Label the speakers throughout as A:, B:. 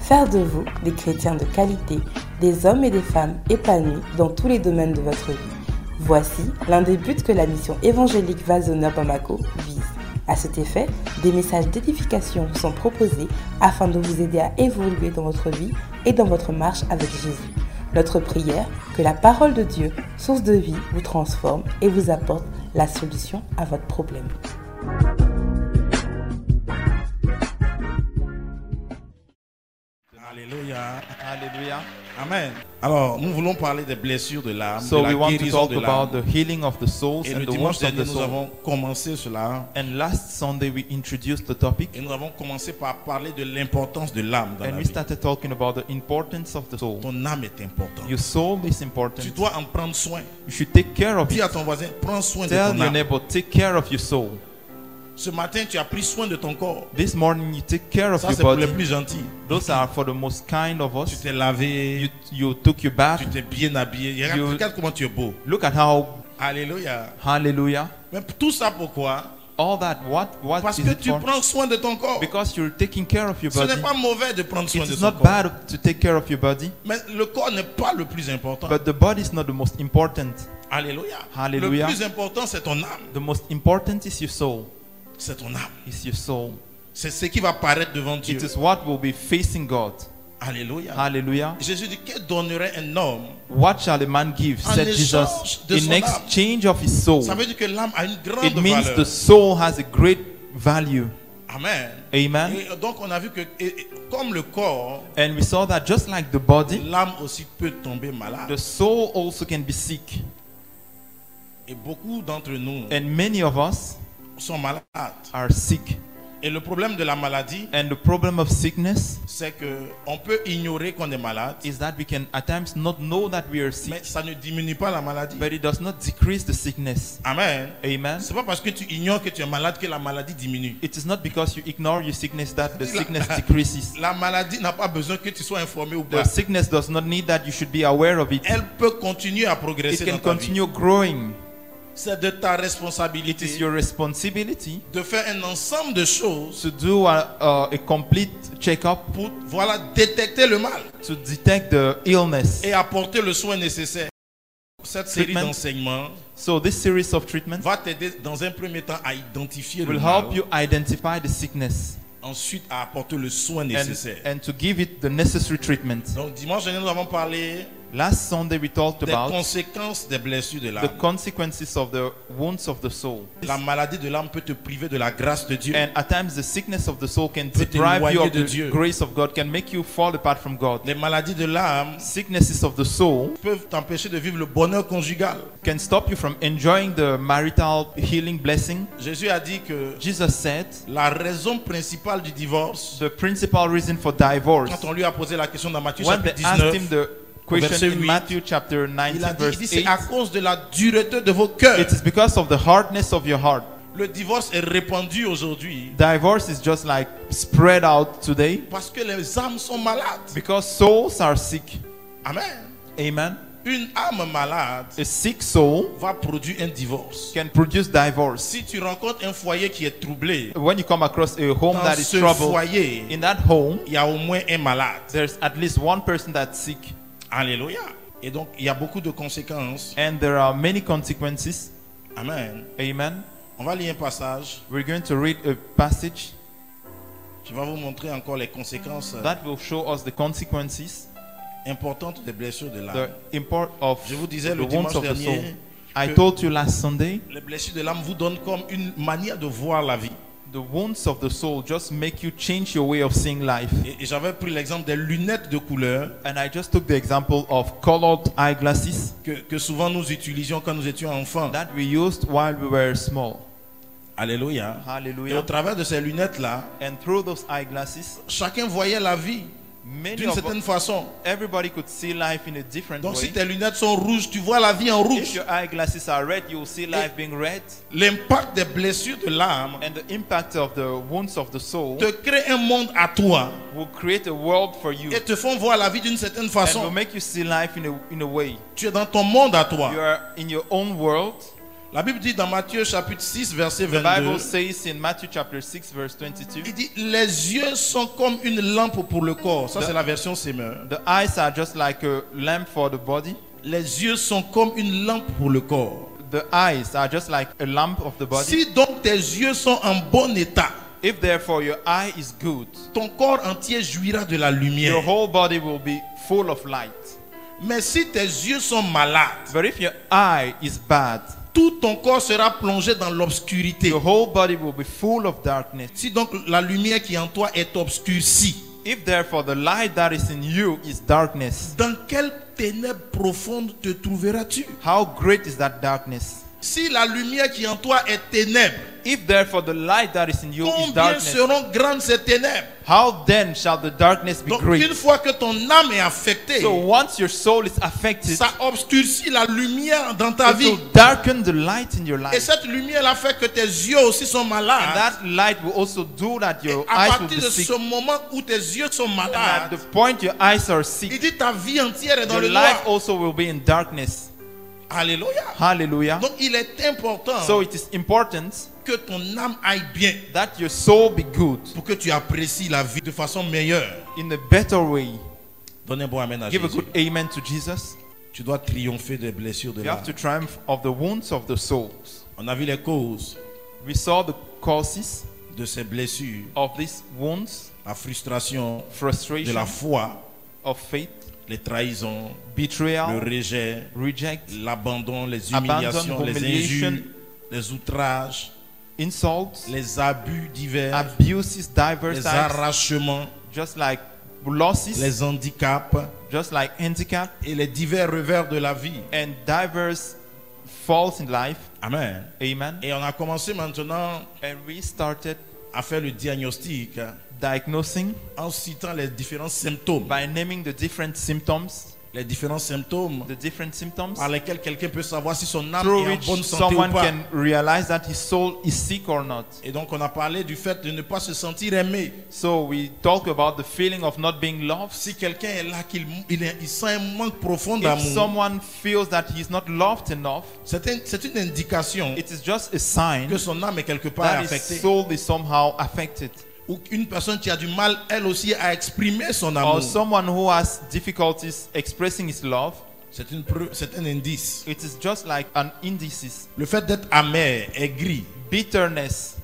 A: faire de vous des chrétiens de qualité, des hommes et des femmes épanouis dans tous les domaines de votre vie. Voici l'un des buts que la mission évangélique Vazona Bamako vise. À cet effet, des messages d'édification vous sont proposés afin de vous aider à évoluer dans votre vie et dans votre marche avec Jésus. Notre prière, que la parole de Dieu, source de vie, vous transforme et vous apporte la solution à votre problème.
B: Alléluia.
C: Hallelujah.
B: Amen. Alors, nous voulons parler des blessures de l'âme,
C: So
B: de
C: we
B: la
C: want to
B: guérison
C: talk
B: de l'âme.
C: about the healing of the souls
B: Et le
C: and the
B: dimanche
C: wounds of
B: dernier,
C: the
B: nous
C: soul.
B: avons commencé cela
C: And last Sunday we introduced the topic
B: et nous avons commencé par parler de l'importance de l'âme dans la
C: and we
B: vie.
C: started talking about the importance of the soul.
B: Ton âme est importante.
C: Your soul is
B: Tu
C: important.
B: dois en prendre soin.
C: You should take care of
B: Dis
C: it.
B: à ton voisin, prends soin de
C: Tell
B: ton
C: your
B: âme.
C: neighbor, take care of your soul.
B: Ce matin, tu as pris soin de ton corps.
C: This morning you take care of
B: Ça,
C: your
B: c'est pour les
C: body.
B: plus gentils.
C: Those are for the most kind of
B: Tu
C: us.
B: t'es lavé,
C: You, you took your
B: tu
C: bath.
B: t'es bien habillé. Regarde,
C: You-
B: regarde comment tu es beau.
C: Look at how,
B: Alléluia.
C: hallelujah.
B: Mais tout ça pourquoi
C: All that, what, what
B: Parce
C: is
B: que
C: it
B: tu
C: for?
B: prends soin de ton corps.
C: Because you're taking care of your
B: Ce
C: body.
B: n'est pas mauvais de prendre soin
C: It
B: de
C: is
B: son
C: not
B: corps.
C: bad to take care of your body,
B: Mais le corps n'est pas le plus important.
C: but the body is not the most important.
B: Alléluia.
C: Alléluia.
B: Le plus important, c'est ton âme.
C: The most important is your soul.
B: C'est ton âme.
C: Is your soul.
B: C'est ce qui va paraître devant Dieu.
C: It is what will be facing God.
B: Alléluia.
C: Hallelujah.
B: Jésus dit que donnerait un homme.
C: What shall a man give?
B: En
C: Said
B: échange
C: Jesus.
B: de
C: In
B: son âme.
C: exchange of his soul.
B: Ça veut dire que l'âme a une grande
C: It means
B: valeur.
C: the soul has a great value.
B: Amen.
C: Amen.
B: Et euh, donc on a vu que et- et comme le corps,
C: And we saw that just like the body,
B: l'âme aussi peut tomber
C: the
B: malade.
C: soul also can be sick.
B: Et beaucoup d'entre nous
C: And many of us
B: sont malades.
C: are sick.
B: Et le problème de la maladie,
C: And the problem of sickness
B: c'est que on peut ignorer qu'on est malade,
C: is that we can at times not know that we are sick,
B: mais ça ne diminue pas la maladie.
C: but it does not decrease the sickness.
B: Amen.
C: Amen.
B: C'est pas parce que tu ignores que tu es malade que la maladie diminue.
C: It is not because you ignore your sickness that the sickness decreases.
B: La maladie n'a pas besoin que tu sois informé ou
C: The
B: pas.
C: sickness does not need that you should be aware of it.
B: Elle peut continuer à
C: It
B: progresser
C: can
B: dans ta vie.
C: continue growing.
B: C'est de ta
C: It is
B: responsabilité
C: your responsibility
B: de faire un ensemble de choses
C: to do a, a, a complete checkup
B: pour voilà détecter le mal
C: to detect the illness.
B: et apporter le soin nécessaire. Cette série
C: Treatment.
B: d'enseignements
C: So this series of treatments
B: va t'aider dans un premier temps à identifier le
C: will
B: mal,
C: help you identify the sickness
B: ensuite à apporter le soin
C: and,
B: nécessaire.
C: and to give it the necessary treatment.
B: Donc dimanche dernier, nous avons parlé
C: Last Sunday we talked
B: des
C: about
B: conséquences des blessures de
C: the
B: l'âme.
C: consequences of the wounds of the soul.
B: La maladie de l'âme peut te priver de la grâce de Dieu.
C: And at times the sickness of the soul can
B: Peut
C: deprive you
B: t'éloigner
C: of
B: de
C: the
B: Dieu.
C: grace of God, can make you fall apart from God.
B: Les maladies de l'âme
C: Sicknesses of the soul
B: peuvent t'empêcher de vivre le bonheur conjugal.
C: can stop you from enjoying the marital healing blessing.
B: Jésus a dit que
C: Jesus said
B: la raison principale du divorce,
C: the principal reason for divorce.
B: quand on lui a posé la question dans Matthieu
C: When they
B: chapitre
C: asked him
B: 19,
C: the
B: verset
C: question in
B: 8,
C: Matthew chapter 19
B: il a dit, il dit,
C: verse 8,
B: c'est à cause de la dureté de vos cœurs.
C: it is because of the hardness of your heart.
B: Le divorce est répandu aujourd'hui
C: Divorce is just like spread out today
B: parce que les âmes sont malades.
C: because souls are sick.
B: Amen.
C: Amen.
B: Une âme malade
C: A sick soul
B: va produire un divorce.
C: can produce divorce.
B: Si tu rencontres un foyer qui est troublé,
C: When you come across a home
B: dans
C: that is
B: ce
C: troubled,
B: foyer,
C: in that home,
B: il y a au moins un malade.
C: there's at least one person that's sick,
B: Alléluia. Et donc, il y a beaucoup de conséquences.
C: and there are many consequences.
B: Amen.
C: Amen.
B: On va lire un passage.
C: We're going to read a passage
B: Je vais vous montrer encore les conséquences euh,
C: that will show us the consequences,
B: importantes des blessures de
C: the
B: l'âme.
C: import of
B: Je vous disais le
C: the wounds
B: dimanche
C: of the soul.
B: dernier
C: I
B: que-
C: told you last Sunday,
B: les blessures de l'âme vous donnent comme une manière de voir la vie.
C: the wounds of the soul just make you change your way of seeing life.
B: Et, et j'avais pris l'exemple des lunettes de couleur
C: And I just took the example of colored eyeglasses
B: que, que souvent nous utilisions quand nous étions enfants.
C: that we used while we were small.
B: Alléluia. Et au
C: Hallelujah.
B: travers de ces lunettes-là,
C: And through those eyeglasses,
B: chacun voyait la vie
C: many
B: d'une
C: of
B: certaine façon.
C: everybody could see life in a different
B: Donc si
C: way.
B: tes lunettes sont rouges, tu vois la vie en
C: If
B: rouge.
C: your eyeglasses are red, you will see life being red.
B: L'impact des blessures de l'âme
C: And the impact of the wounds of the soul
B: te crée un monde à toi
C: will create a world for you
B: et te font voir la vie d'une certaine
C: and will
B: façon.
C: make you see life in a, in a way.
B: Tu es dans ton monde à toi.
C: You are in your own world.
B: La Bible dit dans Matthieu chapitre 6, verset
C: The Bible
B: 22,
C: says in Matthew chapter 6, verse 22,
B: il dit, les yeux sont comme une lampe pour le corps. Ça, c'est la version Semeur.
C: the eyes are just like a lamp for the body.
B: Les yeux sont comme une lampe pour le corps.
C: The eyes are just like a lamp of the body.
B: Si donc tes yeux sont en bon état,
C: If therefore your eye is good,
B: ton corps entier jouira de la lumière.
C: your whole body will be full of light.
B: Mais si tes yeux sont malades,
C: But if your eye is bad,
B: tout ton corps sera plongé dans l'obscurité.
C: your whole body will be full of darkness.
B: Si donc la lumière qui est en toi est obscurcie,
C: If therefore the light that is in you is darkness,
B: dans quelle ténèbre profonde te trouveras-tu
C: how great is that darkness?
B: Si la lumière qui est en toi est ténèbre,
C: If therefore the light that is in you is
B: combien
C: darkness,
B: seront grandes ces ténèbres
C: how then shall the darkness be
B: Donc une
C: great?
B: fois que ton âme est affectée,
C: So once your soul is affected,
B: ça obscurcit la lumière dans ta
C: it
B: vie.
C: will darken the light in your
B: Et
C: life.
B: cette lumière-là fait que tes yeux aussi sont
C: And
B: malades.
C: that light will also do that
B: Et
C: your
B: à
C: eyes will be
B: partir de
C: sick.
B: ce moment où tes yeux sont
C: And at the
B: malades,
C: point your eyes are
B: il
C: sick,
B: dit ta vie entière est dans le
C: your life
B: noir.
C: also will be in darkness.
B: Alléluia.
C: Hallelujah.
B: Donc il est important
C: So it is important
B: que ton âme aille bien
C: that your soul be good
B: pour que tu apprécies la vie de façon meilleure.
C: in a better way.
B: Donne un bon amen à
C: Give a
B: Jésus.
C: good amen to Jesus.
B: Tu dois triompher des blessures de
C: You
B: l'âme.
C: have to triumph of the wounds of the souls.
B: On a vu les causes
C: We saw the causes
B: de ces blessures.
C: of these wounds
B: La frustration de
C: frustration
B: la foi,
C: of faith,
B: les trahisons, le
C: betrayal,
B: rejet,
C: reject,
B: l'abandon, les
C: Abandon,
B: humiliations, les
C: humiliation.
B: injures, les outrages,
C: insults,
B: les abus divers,
C: abuses, diverse
B: les
C: types,
B: arrachements,
C: just like losses,
B: les handicaps
C: just like handicap,
B: et les divers revers de la vie.
C: and diverse faults in life.
B: Amen.
C: Amen.
B: Et on a commencé maintenant
C: And we started
B: à faire le diagnostic
C: diagnosing
B: en citant les différents symptômes.
C: by naming the different symptoms,
B: Les différents symptômes
C: the different symptoms
B: par lesquels quelqu'un peut savoir si son âme
C: through
B: est en
C: which
B: bonne santé ou
C: someone
B: pas.
C: can realize that his soul is sick or not.
B: Et donc on a parlé du fait de ne pas se sentir aimé.
C: So we talk about the feeling of not being loved.
B: Si quelqu'un est là, qu'il il, est- il sent un manque profond
C: If
B: d'amour,
C: someone feels that he is not loved enough,
B: c'est un- c'est une indication
C: it is just a sign
B: que son âme est quelque part
C: that his
B: affectée.
C: soul is somehow affected.
B: Ou une personne qui a du mal, elle aussi, à exprimer son
C: Or
B: amour.
C: someone who has difficulties expressing his love,
B: C'est une preuve- c'est un indice.
C: it is just like an indices.
B: Le fait d'être amer, aigri,
C: Bitterness,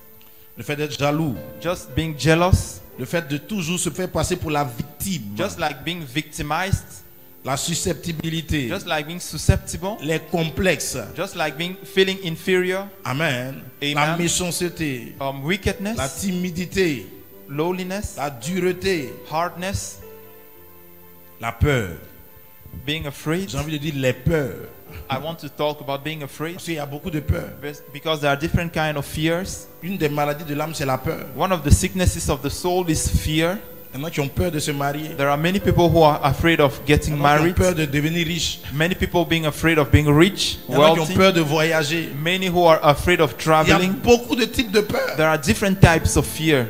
B: le fait d'être jaloux,
C: just being jealous,
B: le fait de toujours se faire passer pour la victime,
C: just like being victimized,
B: la susceptibilité,
C: just like being susceptible,
B: les complexes,
C: just like being feeling inferior,
B: amen,
C: Amen.
B: la méchanceté,
C: um,
B: la
C: wickedness,
B: timidité,
C: lowliness,
B: la dureté,
C: hardness,
B: la peur.
C: being afraid.
B: J'ai envie de dire les peurs.
C: I want to talk about being afraid
B: Parce qu'il y a beaucoup de peurs.
C: because there are different kind of fears.
B: Une des maladies de l'âme, c'est la peur.
C: One of the sicknesses of the soul is fear.
B: Il y en a qui ont peur de se marier.
C: There are many people who are afraid of
B: Il y
C: getting
B: en a qui ont
C: married.
B: peur de devenir riche.
C: Many people being afraid of being rich,
B: Il y en a qui ont
C: wealthy.
B: peur de voyager.
C: Many who are afraid of
B: Il y a
C: traveling.
B: beaucoup de types de peurs.
C: There are different types of fear.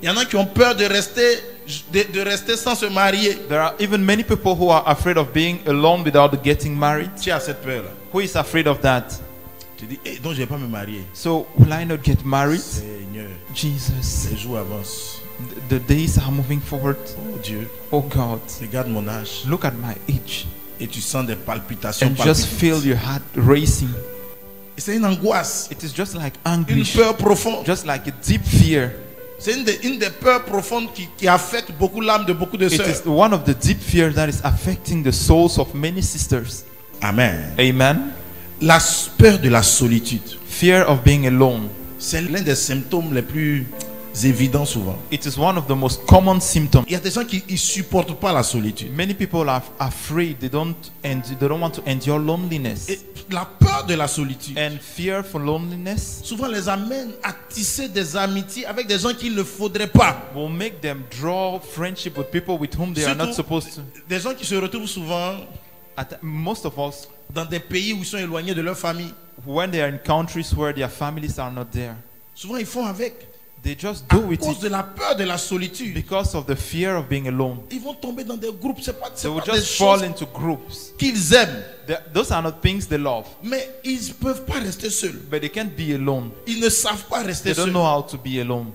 B: Il y en a qui ont peur de rester, de, de rester sans se marier.
C: There are even many people who are afraid of being alone without getting married.
B: Tu as cette peur-là.
C: Who is afraid of that?
B: Tu dis, eh, donc je ne vais pas me marier.
C: So will I not get married?
B: Seigneur,
C: Jesus,
B: les jours avancent.
C: th- the days are moving forward.
B: Oh Dieu,
C: Oh God,
B: regarde mon âge.
C: look at my age
B: Et tu sens des palpitations.
C: and just
B: palpitantes.
C: feel your heart racing.
B: Et C'est une angoisse.
C: It is just like
B: Une
C: anguish,
B: peur profonde.
C: just like a deep fear.
B: C'est une, des- une des peurs profondes qui, qui affecte beaucoup l'âme de beaucoup de
C: It
B: sœurs.
C: is one of the deep fear that is affecting the souls of many sisters.
B: Amen.
C: Amen.
B: La s- peur de la solitude,
C: Fear of being alone.
B: c'est l'un des symptômes les plus évidents souvent.
C: It is one of the most common symptoms.
B: Il y a des gens qui ne supportent pas la solitude.
C: Many people are afraid. They don't and they don't want to endure loneliness.
B: Et la peur de la solitude,
C: and fear for loneliness
B: souvent les amène à tisser des amitiés avec des gens qu'il ne faudrait pas.
C: will make them draw friendship with people with whom they are not
B: Surtout-
C: supposed to.
B: Des gens qui se retrouvent souvent
C: At most of us,
B: dans des pays où ils sont éloignés de leur famille.
C: when they are in countries where their families are not there,
B: Souvent ils font avec.
C: They just
B: À
C: do it
B: cause de la peur de la solitude,
C: because of Ah, the fear of being alone.
B: ils vont tomber dans des groupes. C'est pas, c'est
C: They will
B: pas des
C: just fall
B: choses
C: into groups.
B: qu'ils aiment,
C: Th- Those are not things they love,
B: mais ils ne peuvent pas rester seuls.
C: but they can't be alone.
B: Ils ne savent pas
C: They
B: rester
C: don't
B: seuls.
C: know how to be alone.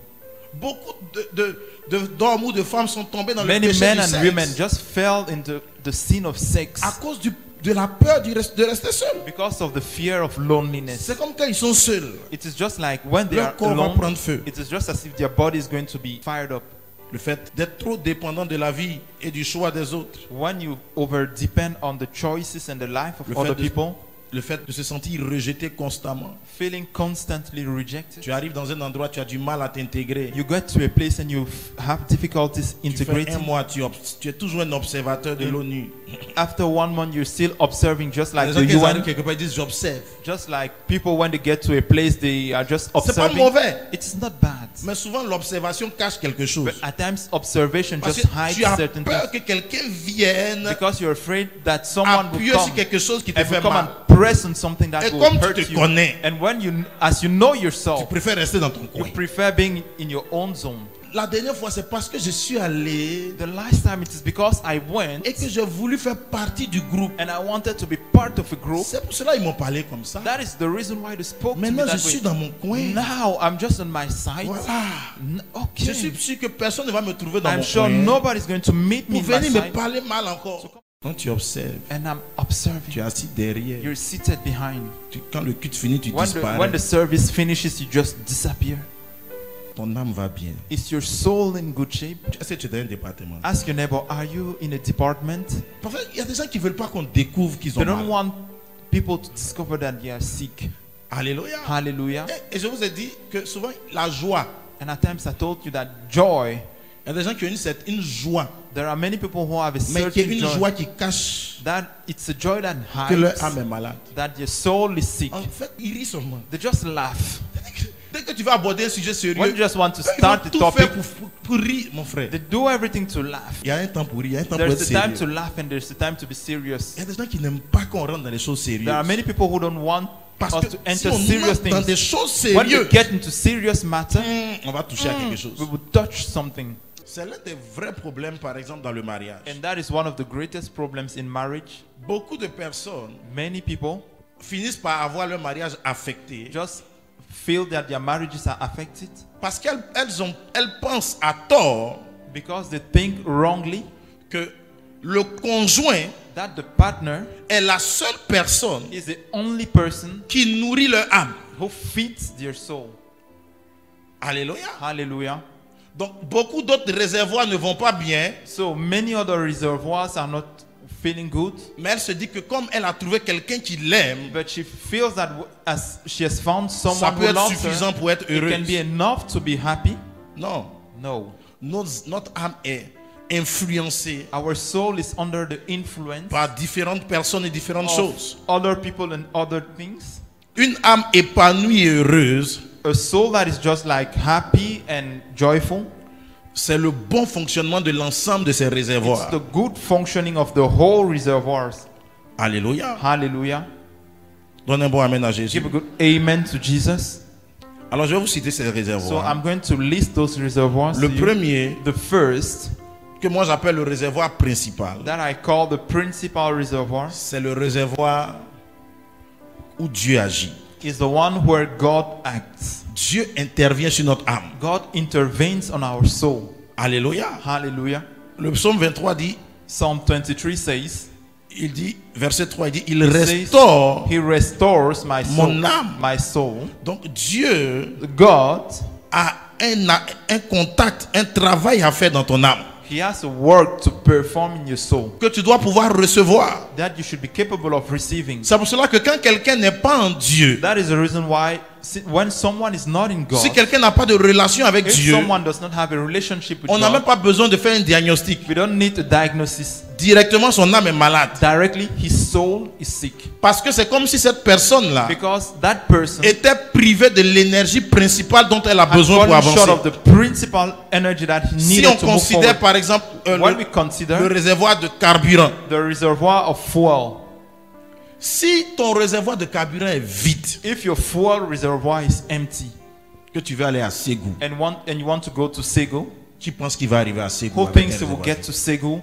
B: Beaucoup de, de, de- d'hommes ou de femmes sont tombés dans le
C: Many
B: péché
C: men
B: du
C: and
B: sexe
C: women just fell into the sin of sex
B: à cause du- de la peur du reste- de rester seuls.
C: because of the fear of loneliness.
B: C'est comme quand ils sont seuls.
C: It is just like when they
B: Leur
C: are
B: corps va
C: alone,
B: prendre feu.
C: it is just as if their body is going to be fired up.
B: Le fait d'être trop dépendant de la vie et du choix des autres.
C: When you over depend on the choices and the life of
B: Le fait
C: other
B: de-
C: people,
B: Le fait de se sentir rejeté constamment.
C: feeling constantly rejected,
B: Tu arrives dans un endroit, tu as du mal à t'intégrer.
C: you get to a place and you f- have difficulties
B: Tu fais un
C: integrating.
B: mois, tu, obs- tu es toujours un observateur de
C: Mm.
B: l'ONU.
C: After one month, you're still observing, just like
B: Les gens
C: the
B: qui arrivent
C: UN,
B: quelque part, ils disent j'observe.
C: just like people when they get to a place, they are just
B: C'est pas
C: observing.
B: mauvais.
C: It's not bad,
B: Mais souvent, l'observation cache quelque chose.
C: but at times observation
B: Parce
C: just
B: que
C: hides
B: tu as
C: certain
B: peur
C: things
B: que quelqu'un vienne
C: because you're afraid that someone will
B: appuyer
C: come
B: sur quelque chose qui te
C: and will
B: fait
C: come
B: mal.
C: and press on something that
B: Et
C: will
B: comme tu
C: hurt
B: te
C: you.
B: connais,
C: And when you, as you know
B: Tu
C: yourself,
B: préfères rester dans ton
C: you
B: coin.
C: prefer being in your own zone.
B: La dernière fois, c'est parce que je suis allé
C: The last time it is because I went
B: et que j'ai voulu faire partie du groupe.
C: and I wanted to be part of a group.
B: C'est pour cela qu'ils m'ont parlé comme ça.
C: That is the reason why they spoke to me
B: Maintenant, je
C: that
B: suis
C: way.
B: dans mon coin.
C: Now I'm just on my side.
B: Voilà.
C: N-
B: Je suis
C: Okay.
B: sûr que personne ne va me trouver dans
C: I'm
B: mon
C: sure
B: coin.
C: nobody's going to meet me
B: Vous
C: in my
B: venez me
C: side.
B: parler mal encore. Quand tu observes,
C: And I'm
B: tu es
C: observing.
B: assis derrière.
C: You're seated behind.
B: Tu- quand le culte finit, tu
C: When the, when
B: disparais.
C: the service finishes, you just disappear.
B: Ton âme va bien.
C: Is your soul in good shape?
B: Est-ce que tu es dans un département
C: Ask your neighbor, are you in a department?
B: Parfois, il y a des gens qui veulent pas qu'on découvre qu'ils
C: They
B: ont
C: don't
B: mal.
C: want people to discover that they are sick.
B: Alléluia.
C: Hallelujah.
B: Et, et je vous ai dit que souvent, la joie.
C: And at times I told you that joy,
B: Il y a des gens qui ont une, cette- une joie,
C: there are many people who have a
B: mais qui est
C: certain
B: une
C: joy.
B: joie qui cache
C: That it's a joy that
B: que leur
C: hides,
B: âme est malade.
C: that your soul is sick.
B: En fait, ils rient seulement.
C: They just laugh.
B: Dès que tu vas aborder un sujet
C: When
B: sérieux,
C: you just want to
B: ils vont
C: start the
B: tout faire
C: topic,
B: pour, pour- pour rire, mon frère.
C: they do everything to laugh.
B: Il y a un temps pour rire, il y a un temps pour être
C: There's the time to
B: sérieux.
C: laugh and there's the time to be serious.
B: Il y a des gens qui n'aiment pas qu'on rentre dans les choses
C: There are
B: sérieuses.
C: many people who don't want
B: Parce
C: us
B: que
C: to
B: si
C: enter
B: on
C: serious
B: rentre dans des
C: things.
B: choses
C: When we
B: sérieuses,
C: get Hmm. into serious matter,
B: hum, on va toucher à quelque
C: we
B: chose.
C: will touch something.
B: C'est l'un des vrais problèmes, par exemple, dans le mariage.
C: And that is one of the greatest problems in marriage.
B: Beaucoup de personnes
C: Many people
B: finissent par avoir leur mariage affecté
C: just feel that their marriages are affected
B: parce qu'elles elles ont- elles pensent à tort
C: because they think wrongly
B: que le conjoint
C: that the partner
B: est la seule personne
C: is the only person
B: qui nourrit leur âme.
C: who feeds their soul.
B: Alléluia.
C: Hallelujah.
B: Donc beaucoup d'autres réservoirs ne vont pas bien,
C: So many other reservoirs are not feeling good,
B: mais elle se dit que comme elle a trouvé quelqu'un qui l'aime,
C: but she feels that w- as she has found
B: ça
C: someone
B: peut
C: who
B: être
C: loves
B: suffisant
C: her,
B: pour être
C: it can be
B: heureuse.
C: enough to be happy.
B: Non,
C: No,
B: Nos- notre âme est influencée
C: our soul is under the influence
B: par différentes personnes et différentes choses.
C: of other people and other things.
B: Une âme épanouie et heureuse,
C: A soul that is just like happy and joyful.
B: c'est le bon fonctionnement de l'ensemble de ces
C: It's
B: réservoirs.
C: the good functioning of the whole reservoirs.
B: Alléluia.
C: Hallelujah.
B: Donne un bon amen à Jésus.
C: Give a good amen to Jesus.
B: Alors je vais vous citer ces
C: So
B: réservoirs.
C: I'm going to list those reservoirs.
B: Le
C: to you.
B: premier,
C: The first
B: que moi j'appelle le réservoir principal,
C: that I call the principal reservoir
B: c'est le réservoir où Dieu agit.
C: is the one where God acts.
B: Dieu intervient sur notre âme.
C: God intervenes on our soul.
B: Alléluia.
C: Hallelujah.
B: Le psaume 23 dit,
C: Psalm 23 says,
B: il dit, verset 3, il dit, il
C: says,
B: restaure.
C: He restores my soul.
B: Mon âme.
C: My soul.
B: Donc Dieu
C: God,
B: a un, a- un contact, un travail à faire dans ton âme
C: He has a work to perform in your soul
B: que tu dois pouvoir recevoir.
C: that you should be capable of receiving.
B: C'est pour cela que quand quelqu'un n'est pas en Dieu,
C: That is the reason why si- when someone is not in God,
B: si quelqu'un n'a pas de relation avec
C: if
B: Dieu,
C: someone does not have a relationship with
B: on n'a
C: God,
B: même pas besoin de faire un diagnostic.
C: we don't need a diagnosis.
B: Directement, son âme est malade.
C: Directly, his soul is sick
B: Parce que c'est comme si cette personne-là
C: because that person
B: était privée de l'énergie principale dont elle a
C: has
B: besoin pour
C: fallen short of
B: avancer.
C: the principal energy that he
B: Si
C: needed
B: on
C: to move
B: considère
C: forward.
B: par exemple euh,
C: When we
B: le, le
C: consider
B: réservoir de carburant,
C: the reservoir of fuel,
B: si ton réservoir de carburant est vide,
C: if your fuel reservoir is empty,
B: que que tu veux aller à Ségou.
C: and want and you want to go to Segu,
B: Tu penses qu'il va arriver à Ségou.
C: who
B: avec
C: thinks
B: elle,
C: he
B: le
C: will
B: voisin.
C: get to Segu?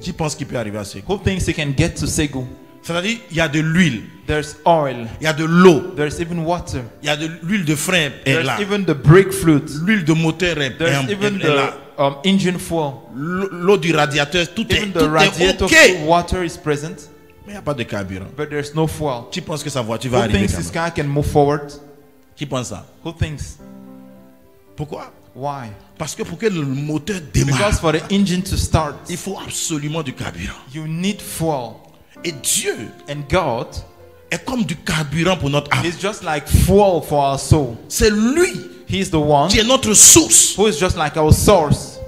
B: Tu penses qu'il peut arriver à Ségou.
C: Who thinks he can get to Segu?
B: C'est-à-dire, il y a de l'huile,
C: There's oil.
B: il y a de l'eau,
C: There's even water.
B: il y a de l'huile de frein est là.
C: There's even the brake fluid.
B: L'huile de moteur est,
C: There's
B: est-
C: even
B: est là.
C: the um, engine fuel.
B: L'eau l'eau du radiateur, tout est,
C: Even
B: tout
C: the
B: est
C: radiator
B: OK.
C: full water is present,
B: Mais il n'y a pas de carburant.
C: but there's no fuel.
B: Tu penses que sa voiture va
C: Who
B: arriver
C: thinks
B: quand
C: this
B: même.
C: car can move forward?
B: Tu penses ça
C: Who thinks?
B: Pourquoi
C: Why?
B: Parce que pour que le moteur démarre,
C: Because for the engine to start,
B: il faut absolument du carburant.
C: you need fuel.
B: Et Dieu
C: And God
B: est comme du carburant pour notre âme.
C: is just like fuel for our soul.
B: C'est lui
C: He is the one
B: qui est notre source.
C: who is just like our source.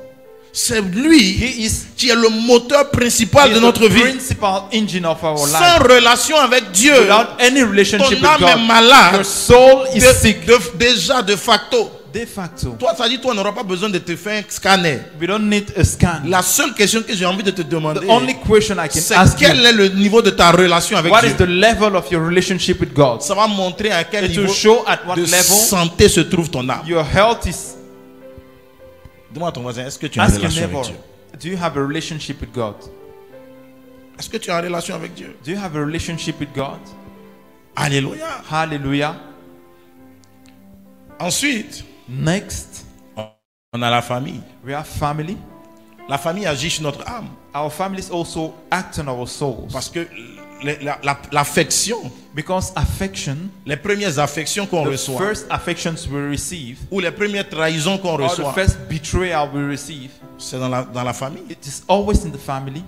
B: C'est lui
C: He is
B: qui est le moteur
C: he
B: principal
C: is
B: de notre
C: the
B: vie.
C: principal engine of our
B: Sans
C: life.
B: relation avec Dieu,
C: Without any relationship
B: ton âme
C: with
B: est
C: God, your
B: malade.
C: soul is
B: De-
C: sick.
B: de- déjà de facto.
C: De facto,
B: Toi, ça dit, toi, on n'aura pas besoin de te faire un scanner.
C: we don't need a scan.
B: La seule question que j'ai envie de te
C: The
B: demander,
C: only question I can
B: c'est
C: ask you
B: quel est le niveau de ta relation avec
C: What
B: Dieu.
C: is the level of your relationship with God?
B: Ça va montrer à quel
C: It will
B: niveau
C: show at what
B: de
C: level
B: santé se trouve ton âme.
C: your health is.
B: Demande à ton voisin, est-ce que tu es en
C: Ask your
B: relation avec
C: neighbor,
B: Dieu
C: do you have a relationship with God?
B: Est-ce que tu es en relation avec Dieu
C: Do you have a relationship with God?
B: Alléluia.
C: Hallelujah.
B: Ensuite,
C: Next,
B: on a la famille.
C: we have family.
B: La famille agit sur notre âme
C: Our families also act on our souls
B: parce que le- la- la- l'affection,
C: because affection,
B: les premières affections qu'on
C: the
B: reçoit
C: first affections we receive,
B: ou les premières trahisons qu'on
C: or the
B: reçoit,
C: first betrayal we receive,
B: c'est dans la, dans la famille.
C: it is always in the family.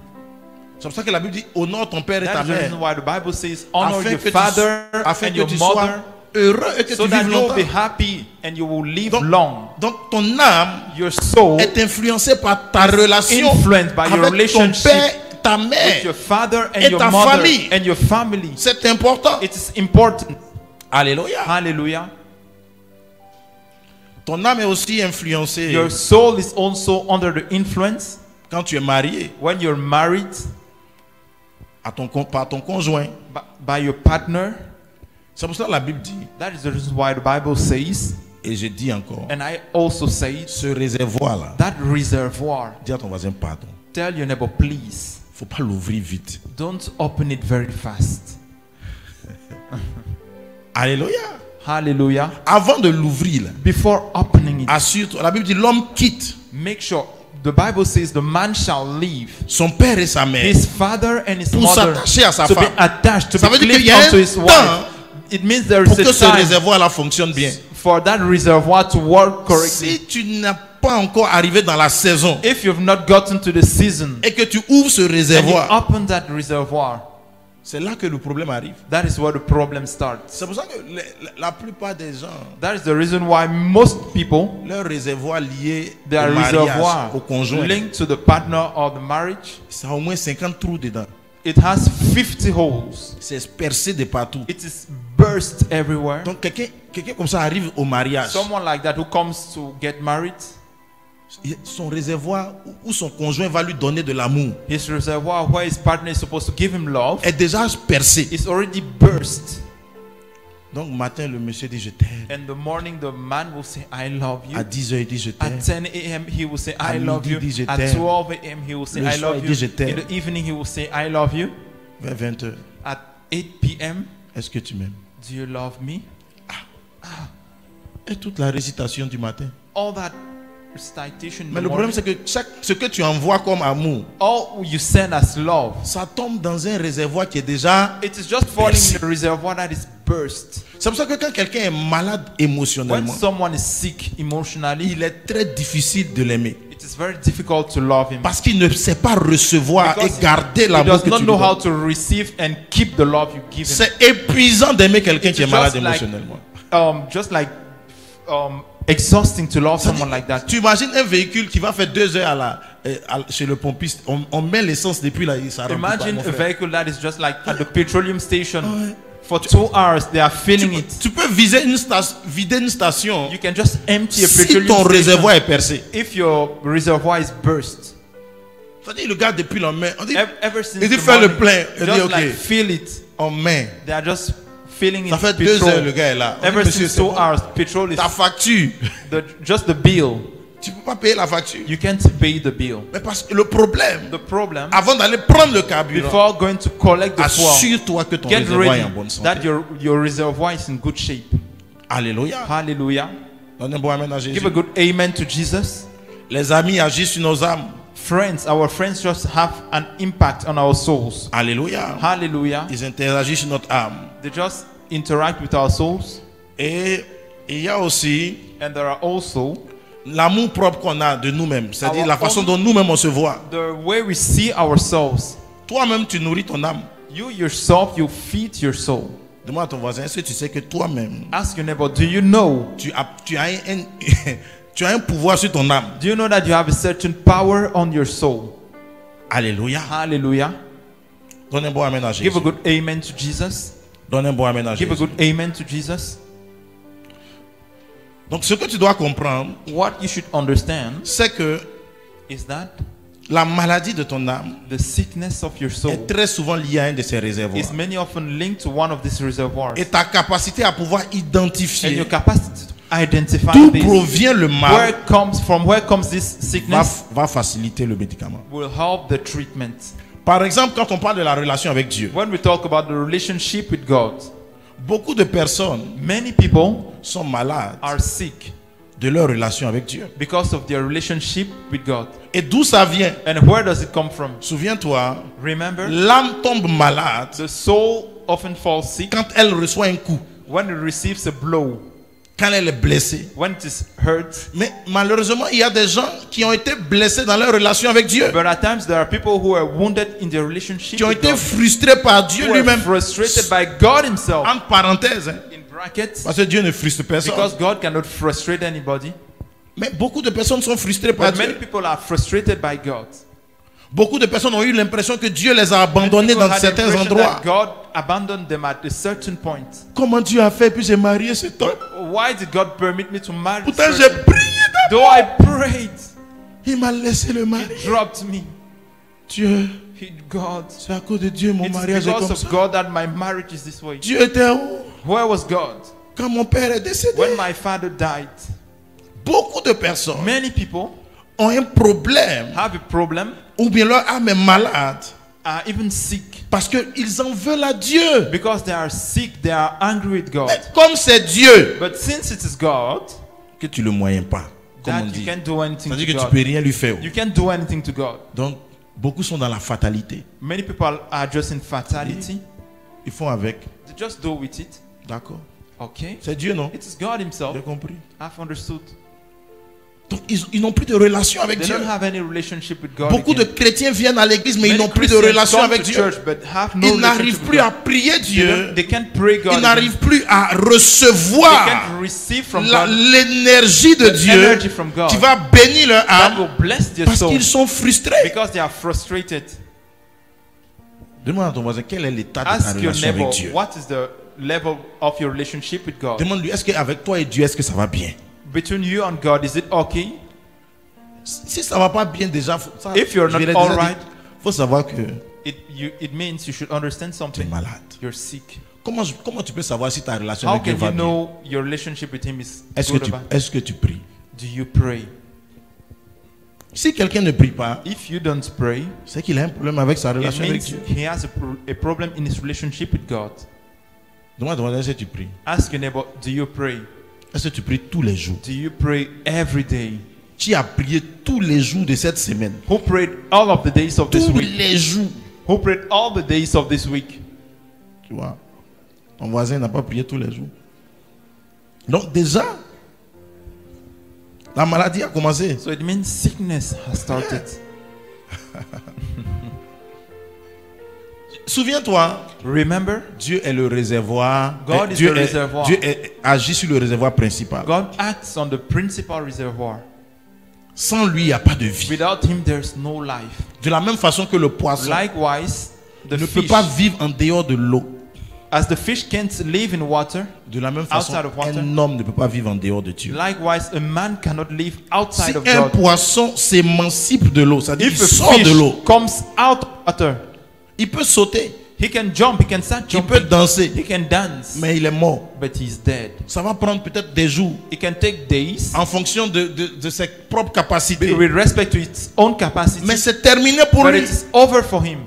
B: C'est pour ça que la Bible dit honore ton père et ta
C: That is the
B: mère.
C: reason why the Bible says, honor
B: afin
C: your
B: que tu-
C: father
B: afin
C: and
B: que
C: your
B: tu sois
C: mother,
B: heureux et que
C: so
B: tu
C: that
B: vives
C: you'll be
B: longtemps.
C: happy and you will live
B: Donc-
C: long.
B: Donc ton âme
C: Your soul
B: est influencée par ta relation
C: influenced by your
B: avec ton
C: relationship
B: père, ta
C: with
B: mère.
C: your father and
B: et
C: your
B: ta
C: mother
B: famille.
C: and your family.
B: C'est important.
C: It is important.
B: Alléluia.
C: Hallelujah.
B: Ah, Ton âme est aussi influencée
C: Your soul is also under the influence
B: quand tu es marié
C: when you're married
B: à ton, con- par ton conjoint.
C: by, by your partner.
B: C'est pour ça que la Bible dit,
C: That is the reason why the Bible says,
B: et je dis encore,
C: and I also say it,
B: ce réservoir-là,
C: that reservoir.
B: dis à ton voisin pardon.
C: Tell your neighbor, please,
B: faut pas l'ouvrir vite.
C: don't open it very fast.
B: Alléluia.
C: Hallelujah.
B: Avant de l'ouvrir, là,
C: Before opening it,
B: assure-toi. La Bible dit, l'homme quitte
C: make sure the Bible says the man shall leave
B: son père et sa mère.
C: his father and his
B: Pour
C: mother
B: s'attacher à sa
C: to
B: femme.
C: be attached to
B: Ça
C: be
B: veut dire qu'il
C: clipped
B: y a
C: onto
B: un
C: his
B: temps
C: wife it means there
B: pour
C: is
B: que
C: a
B: ce
C: time
B: réservoir-là fonctionne bien.
C: for that reservoir to work correctly
B: Si tu n'as pas encore arrivé dans la saison
C: if you've not gotten to the season
B: et que tu ouvres ce
C: and you
B: réservoir,
C: open that reservoir
B: c'est là que le problème arrive.
C: that is where the problem starts
B: C'est pour ça que le- la plupart des gens,
C: that is the reason why most people
B: leur réservoir lié au
C: their
B: mariage,
C: reservoir
B: au conjoint,
C: linked to the partner or the marriage
B: ça a au moins 50 trous dedans.
C: it has 50 holes
B: C'est percé de partout.
C: it is burst everywhere
B: Donc quelqu'un quelqu'un comme ça arrive au mariage.
C: someone like that who comes to get married
B: Son réservoir ou- ou son conjoint va lui donner de l'amour
C: his reservoir where his partner is supposed to give him love
B: est déjà percé.
C: It's already burst.
B: Donc matin, le monsieur dit je t'aime.
C: And the morning, the man will say, I love you.
B: À 10h, il dit je t'aime.
C: At 10 a.m., he will say, I
B: À
C: love
B: midi,
C: you.
B: il dit, je
C: At
B: t'aime.
C: 12 a.m., he will say,
B: Le
C: I
B: soir,
C: love
B: il
C: you.
B: dit, je t'aime.
C: In the evening, he will say, I love you.
B: Vers 20h,
C: At 8 p.m.,
B: est-ce que tu m'aimes
C: do you love me?
B: Et toute la récitation du matin.
C: All that recitation, in
B: Mais
C: the
B: le problème,
C: morning,
B: c'est que chaque, ce que tu envoies comme amour,
C: all you send as love,
B: ça tombe dans un réservoir qui est déjà.
C: it is just falling
B: Merci.
C: in the reservoir that is burst.
B: C'est pour ça que quand quelqu'un est malade
C: When
B: émotionnellement,
C: someone is sick emotionally,
B: il est très difficile de l'aimer.
C: it is very difficult to love him.
B: Parce qu'il ne sait pas recevoir
C: Because
B: et garder
C: He
B: l'amour
C: does
B: que
C: not
B: tu lui
C: know how
B: donnes.
C: to receive and keep the love you give him.
B: C'est épuisant d'aimer quelqu'un qui est
C: Just
B: malade
C: like-
B: émotionnellement.
C: um, just like um, exhausting to love someone like that.
B: Tu imagines un véhicule qui va faire deux heures à la, euh, à- chez le pompiste. On, on met l'essence depuis là, et ça remplit pas,
C: Imagine
B: mon
C: a
B: frère.
C: vehicle that is just like at the petroleum station for two hours. They are
B: Tu,
C: filling
B: peux-
C: it.
B: tu peux viser une station, vider une station
C: You can just empty a
B: si ton
C: petroleum
B: réservoir est
C: station
B: percé.
C: if your reservoir is burst.
B: C'est-à-dire, le gars depuis la main, on dit,
C: Ev- Ever
B: Il
C: since
B: dit,
C: the
B: fais le
C: morning,
B: plein. Il dit,
C: just
B: ok.
C: like fill it.
B: on met.
C: They are just filling in
B: Oh, Ça fait deux
C: petrol.
B: heures, le gars est là. On dit,
C: Ever
B: monsieur,
C: since
B: c'est
C: two
B: bon.
C: hours, petrol is
B: Ta facture,
C: the, just the bill.
B: tu peux pas payer la facture.
C: You can't pay the bill.
B: Mais parce que le problème,
C: The problem
B: avant d'aller prendre le carburant,
C: before going to collect the fuel,
B: assure-toi que ton
C: get
B: réservoir est en
C: ready
B: bonne santé.
C: that your your reservoir is in good shape.
B: Alléluia.
C: Hallelujah.
B: Donnez un bon amen à Jésus.
C: Give a good amen to Jesus.
B: Les amis agissent sur nos âmes.
C: Friends, our friends just have an impact on our souls.
B: Alléluia.
C: Hallelujah.
B: Ils interagissent sur notre âme.
C: They just interact with our souls.
B: Et il y a aussi
C: And there are also
B: l'amour propre qu'on a de nous-mêmes, c'est-à-dire
C: Our
B: la façon
C: own-
B: dont nous-mêmes on se voit.
C: the way we see ourselves.
B: Toi-même, tu nourris ton âme.
C: You yourself, you feed your soul.
B: Demande à ton voisin, est-ce que tu sais que toi-même,
C: Ask your neighbor, do you know?
B: tu as, tu, as un, tu as un pouvoir sur ton âme.
C: Do you know that you have a certain power on your soul?
B: Alléluia.
C: Hallelujah.
B: Donne un bon amen à Jésus.
C: Give a good amen to Jesus.
B: Donne un bon amen à
C: Give a
B: Jésus.
C: good amen to Jesus.
B: Donc, ce que tu dois comprendre,
C: What you should understand
B: c'est que
C: is that
B: la maladie de ton âme
C: the sickness of your
B: est
C: soul
B: très souvent liée à un de ces réservoirs.
C: is many often linked to one of these reservoirs.
B: Et ta capacité à pouvoir
C: And
B: identifier
C: your capacity to identify
B: d'où
C: this,
B: provient le
C: where
B: mal
C: comes from, where comes this
B: va,
C: sickness,
B: va faciliter le médicament.
C: will help the treatment.
B: Par exemple, quand on parle de la relation avec Dieu,
C: When we talk about the relationship with God,
B: beaucoup de personnes
C: many people
B: sont malades
C: are sick
B: de leur relation avec Dieu.
C: because of their relationship with God.
B: Et d'où ça vient
C: And where does it come from?
B: Souviens-toi,
C: Remember,
B: l'âme tombe malade
C: the soul often falls sick
B: quand elle reçoit un coup,
C: when it receives a blow,
B: quand elle est blessée.
C: when it is hurt.
B: Mais malheureusement, il y a des gens qui ont été blessés dans leur relation avec Dieu,
C: But at times there are people who are wounded in their relationship
B: qui ont
C: with
B: été
C: God,
B: frustrés par Dieu
C: who are
B: lui-même.
C: frustrated by God Himself.
B: Entre parenthèses, hein,
C: In brackets,
B: parce que Dieu ne frustre personne.
C: because God cannot frustrate anybody.
B: Mais beaucoup de personnes sont frustrées par
C: But many
B: Dieu.
C: people are frustrated by God.
B: Beaucoup de personnes ont eu l'impression que Dieu les a abandonnés
C: People
B: dans
C: had the
B: certains
C: impression
B: endroits.
C: that God abandoned them at a certain point.
B: Comment Dieu a fait puis j'ai marié cet homme
C: Why did God permit me to marry?
B: Pourtant
C: this
B: j'ai
C: person?
B: prié
C: Though I prayed,
B: Il m'a laissé le mari.
C: He dropped me.
B: Dieu,
C: He, God.
B: c'est à cause de Dieu mon
C: It's
B: mariage est
C: because
B: comme
C: of
B: ça.
C: God that my marriage is this way.
B: Dieu était où
C: Where was God
B: quand mon père est décédé
C: when my father died?
B: Beaucoup de personnes
C: Many people
B: ont un problème
C: have a problem,
B: ou bien leur âme est malade
C: are even sick
B: parce qu'ils en veulent à Dieu.
C: because they are sick. They are angry with God.
B: Mais comme c'est Dieu
C: But since it is God,
B: que tu le moyens pas, comme on
C: that you
B: dit.
C: can't do anything
B: Ça
C: to
B: veut dire que tu peux
C: God.
B: rien lui faire.
C: You can't do anything to God.
B: Donc beaucoup sont dans la fatalité.
C: Many people are just in fatality.
B: Ils font avec.
C: They just do with it.
B: D'accord.
C: Okay.
B: C'est Dieu, non
C: It is God Himself.
B: J'ai compris.
C: I've understood.
B: Donc ils, ils n'ont plus de relation avec
C: They
B: Dieu.
C: don't have any relationship with God.
B: Beaucoup de
C: again.
B: chrétiens viennent à l'église, mais ils
C: Many
B: n'ont plus de
C: Christians
B: relation
C: come to
B: avec Dieu.
C: church, but have no
B: Ils
C: relationship
B: n'arrivent
C: with
B: plus à
C: God.
B: prier
C: They don't-
B: Dieu.
C: They can't pray God.
B: Ils
C: again.
B: n'arrivent plus à
C: They
B: recevoir
C: can't receive from
B: la-
C: God.
B: l'énergie de
C: The
B: Dieu
C: energy from God.
B: qui va bénir leur
C: God
B: âme
C: will bless their
B: parce
C: soul
B: qu'ils sont frustrés.
C: because they are frustrated.
B: Demande à ton voisin quel est l'état de ta
C: Ask your
B: relation
C: neighbor,
B: avec Dieu.
C: what is the level of your relationship with God?
B: Demande-lui est-ce qu'avec toi et Dieu, est-ce que ça va bien
C: Between you and God, is it okay?
B: Si ça va pas bien déjà, faut- ça,
C: If you're
B: je
C: not
B: l'ai déjà
C: all
B: dit,
C: right.
B: faut savoir que
C: It you, it means you should understand
B: tu es
C: something.
B: malade.
C: You're sick.
B: Comment, je- comment tu peux savoir si ta relation
C: How
B: avec Dieu
C: can you
B: va bien
C: know your relationship with Him is
B: Est-ce que,
C: good
B: tu,
C: or bad?
B: est-ce que tu pries
C: Do you pray?
B: Si quelqu'un ne prie pas,
C: If you don't pray,
B: c'est qu'il a un problème avec sa
C: it
B: relation avec
C: means
B: Dieu.
C: he has a, pro- a problem in his relationship with God.
B: Demande à ton voisin si tu pries.
C: Ask your neighbor, do you pray?
B: Est-ce que tu pries tous les jours
C: Do you pray every day?
B: Tu as prié tous les jours de cette semaine.
C: Who prayed all of the days of this
B: Tous
C: week?
B: les jours.
C: Who prayed all the days of this week?
B: Tu vois, ton voisin n'a pas prié tous les jours. Donc déjà, la maladie a commencé.
C: So it means sickness has started.
B: Souviens-toi,
C: Remember,
B: Dieu est le réservoir.
C: God
B: Eh,
C: is
B: Dieu,
C: the
B: est-
C: réservoir.
B: Dieu est- agit sur le réservoir principal.
C: God acts on the principal reservoir.
B: Sans lui, il n'y a pas de vie.
C: Without Him, there's no life.
B: De la même façon que le poisson
C: Likewise, the
B: ne peut
C: fish,
B: pas vivre en dehors de l'eau.
C: as the fish can't live in water,
B: De la même façon,
C: Outside of water.
B: un homme ne peut pas vivre en dehors de Dieu.
C: likewise, a man cannot live outside
B: Si
C: of
B: un
C: God.
B: poisson s'émancipe de l'eau, c'est-à-dire
C: If
B: qu'il
C: a
B: sort de l'eau,
C: fish comes out of water,
B: il peut sauter.
C: He can jump, he can start
B: Il peut
C: jumping, he
B: danser,
C: can dance,
B: mais il est mort.
C: but he's dead.
B: Ça va prendre peut-être des jours
C: It can take days
B: en fonction de, de, de ses propres capacités.
C: with respect to its own capacity,
B: Mais c'est terminé pour
C: but
B: lui.
C: it's over for him.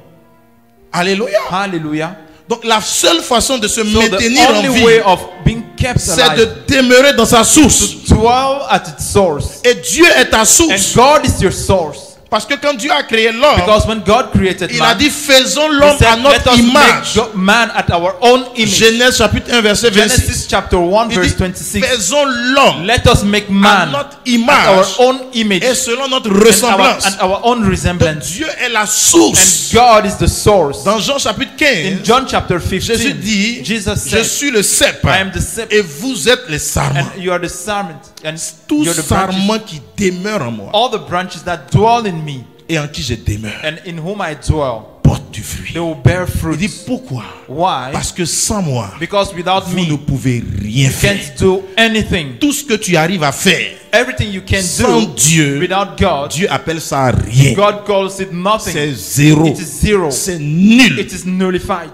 B: Alléluia.
C: Hallelujah.
B: Donc la seule façon de se
C: So
B: maintenir
C: the
B: en
C: only way
B: vie,
C: of being kept
B: c'est
C: alive
B: de demeurer dans sa source.
C: to dwell at its source.
B: Et Dieu est ta
C: And
B: source.
C: God is your source.
B: Parce que quand Dieu a créé l'homme,
C: Because when God created
B: il a
C: man,
B: dit faisons
C: he
B: l'homme
C: said,
B: à
C: Let
B: notre
C: us
B: image.
C: make go- man at our own image.
B: Genèse chapitre 1 verset 26.
C: Genesis chapter 1,
B: Il
C: verse
B: dit,
C: 26.
B: faisons l'homme
C: Let us make
B: à
C: man
B: notre
C: at our
B: image
C: own image
B: et selon notre
C: and our,
B: ressemblance.
C: and our own
B: Donc
C: resemblance.
B: Dieu est la
C: And
B: source.
C: God is the source.
B: Dans Jean chapitre
C: In
B: 15,
C: John chapter
B: Jésus
C: 15,
B: dit,
C: Jesus
B: je
C: said,
B: suis le cep
C: I am the cep
B: et vous êtes les sarments.
C: and you are the servant, and
B: Tout
C: you are the branches,
B: sarment qui demeure en moi
C: all the branches that dwell in me
B: et en qui je demeure
C: and in whom I dwell,
B: porte du fruit.
C: they will bear
B: Il dit
C: fruit.
B: pourquoi
C: Why?
B: Parce que sans moi,
C: Because without
B: vous ne
C: me,
B: pouvez rien
C: you
B: faire.
C: can't do anything.
B: Tout ce que tu arrives à faire
C: Everything you can
B: sans
C: do
B: Dieu,
C: without God,
B: Dieu appelle ça rien.
C: God calls it
B: C'est
C: nothing.
B: zéro.
C: It is zero.
B: C'est nul.
C: It is nullified.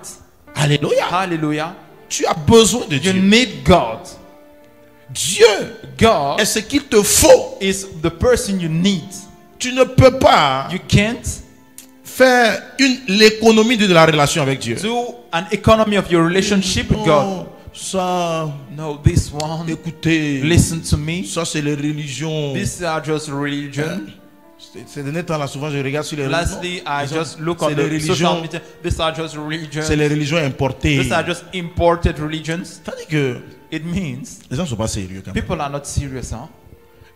B: Alléluia.
C: Hallelujah.
B: Tu as besoin de
C: You
B: Dieu.
C: need God.
B: Dieu est
C: God
B: ce qu'il te faut.
C: is the person you need.
B: Tu ne peux pas
C: You can't
B: faire une- l'économie de la relation avec Dieu.
C: do an economy of your relationship with God.
B: Non, ça,
C: No, this one.
B: écoutez,
C: Listen to me.
B: ça c'est les religions. Hein?
C: These are just religion.
B: C'est- Ces derniers temps là, souvent je regarde sur les
C: Lastly,
B: religions.
C: I
B: Ils ont-
C: just look
B: c'est
C: on
B: les
C: the social
B: religions.
C: media. These are just
B: C'est
C: religions.
B: les religions importées.
C: These are just imported religions.
B: Tandis que
C: It means
B: les gens ne sont pas sérieux quand même.
C: people are not serious, huh?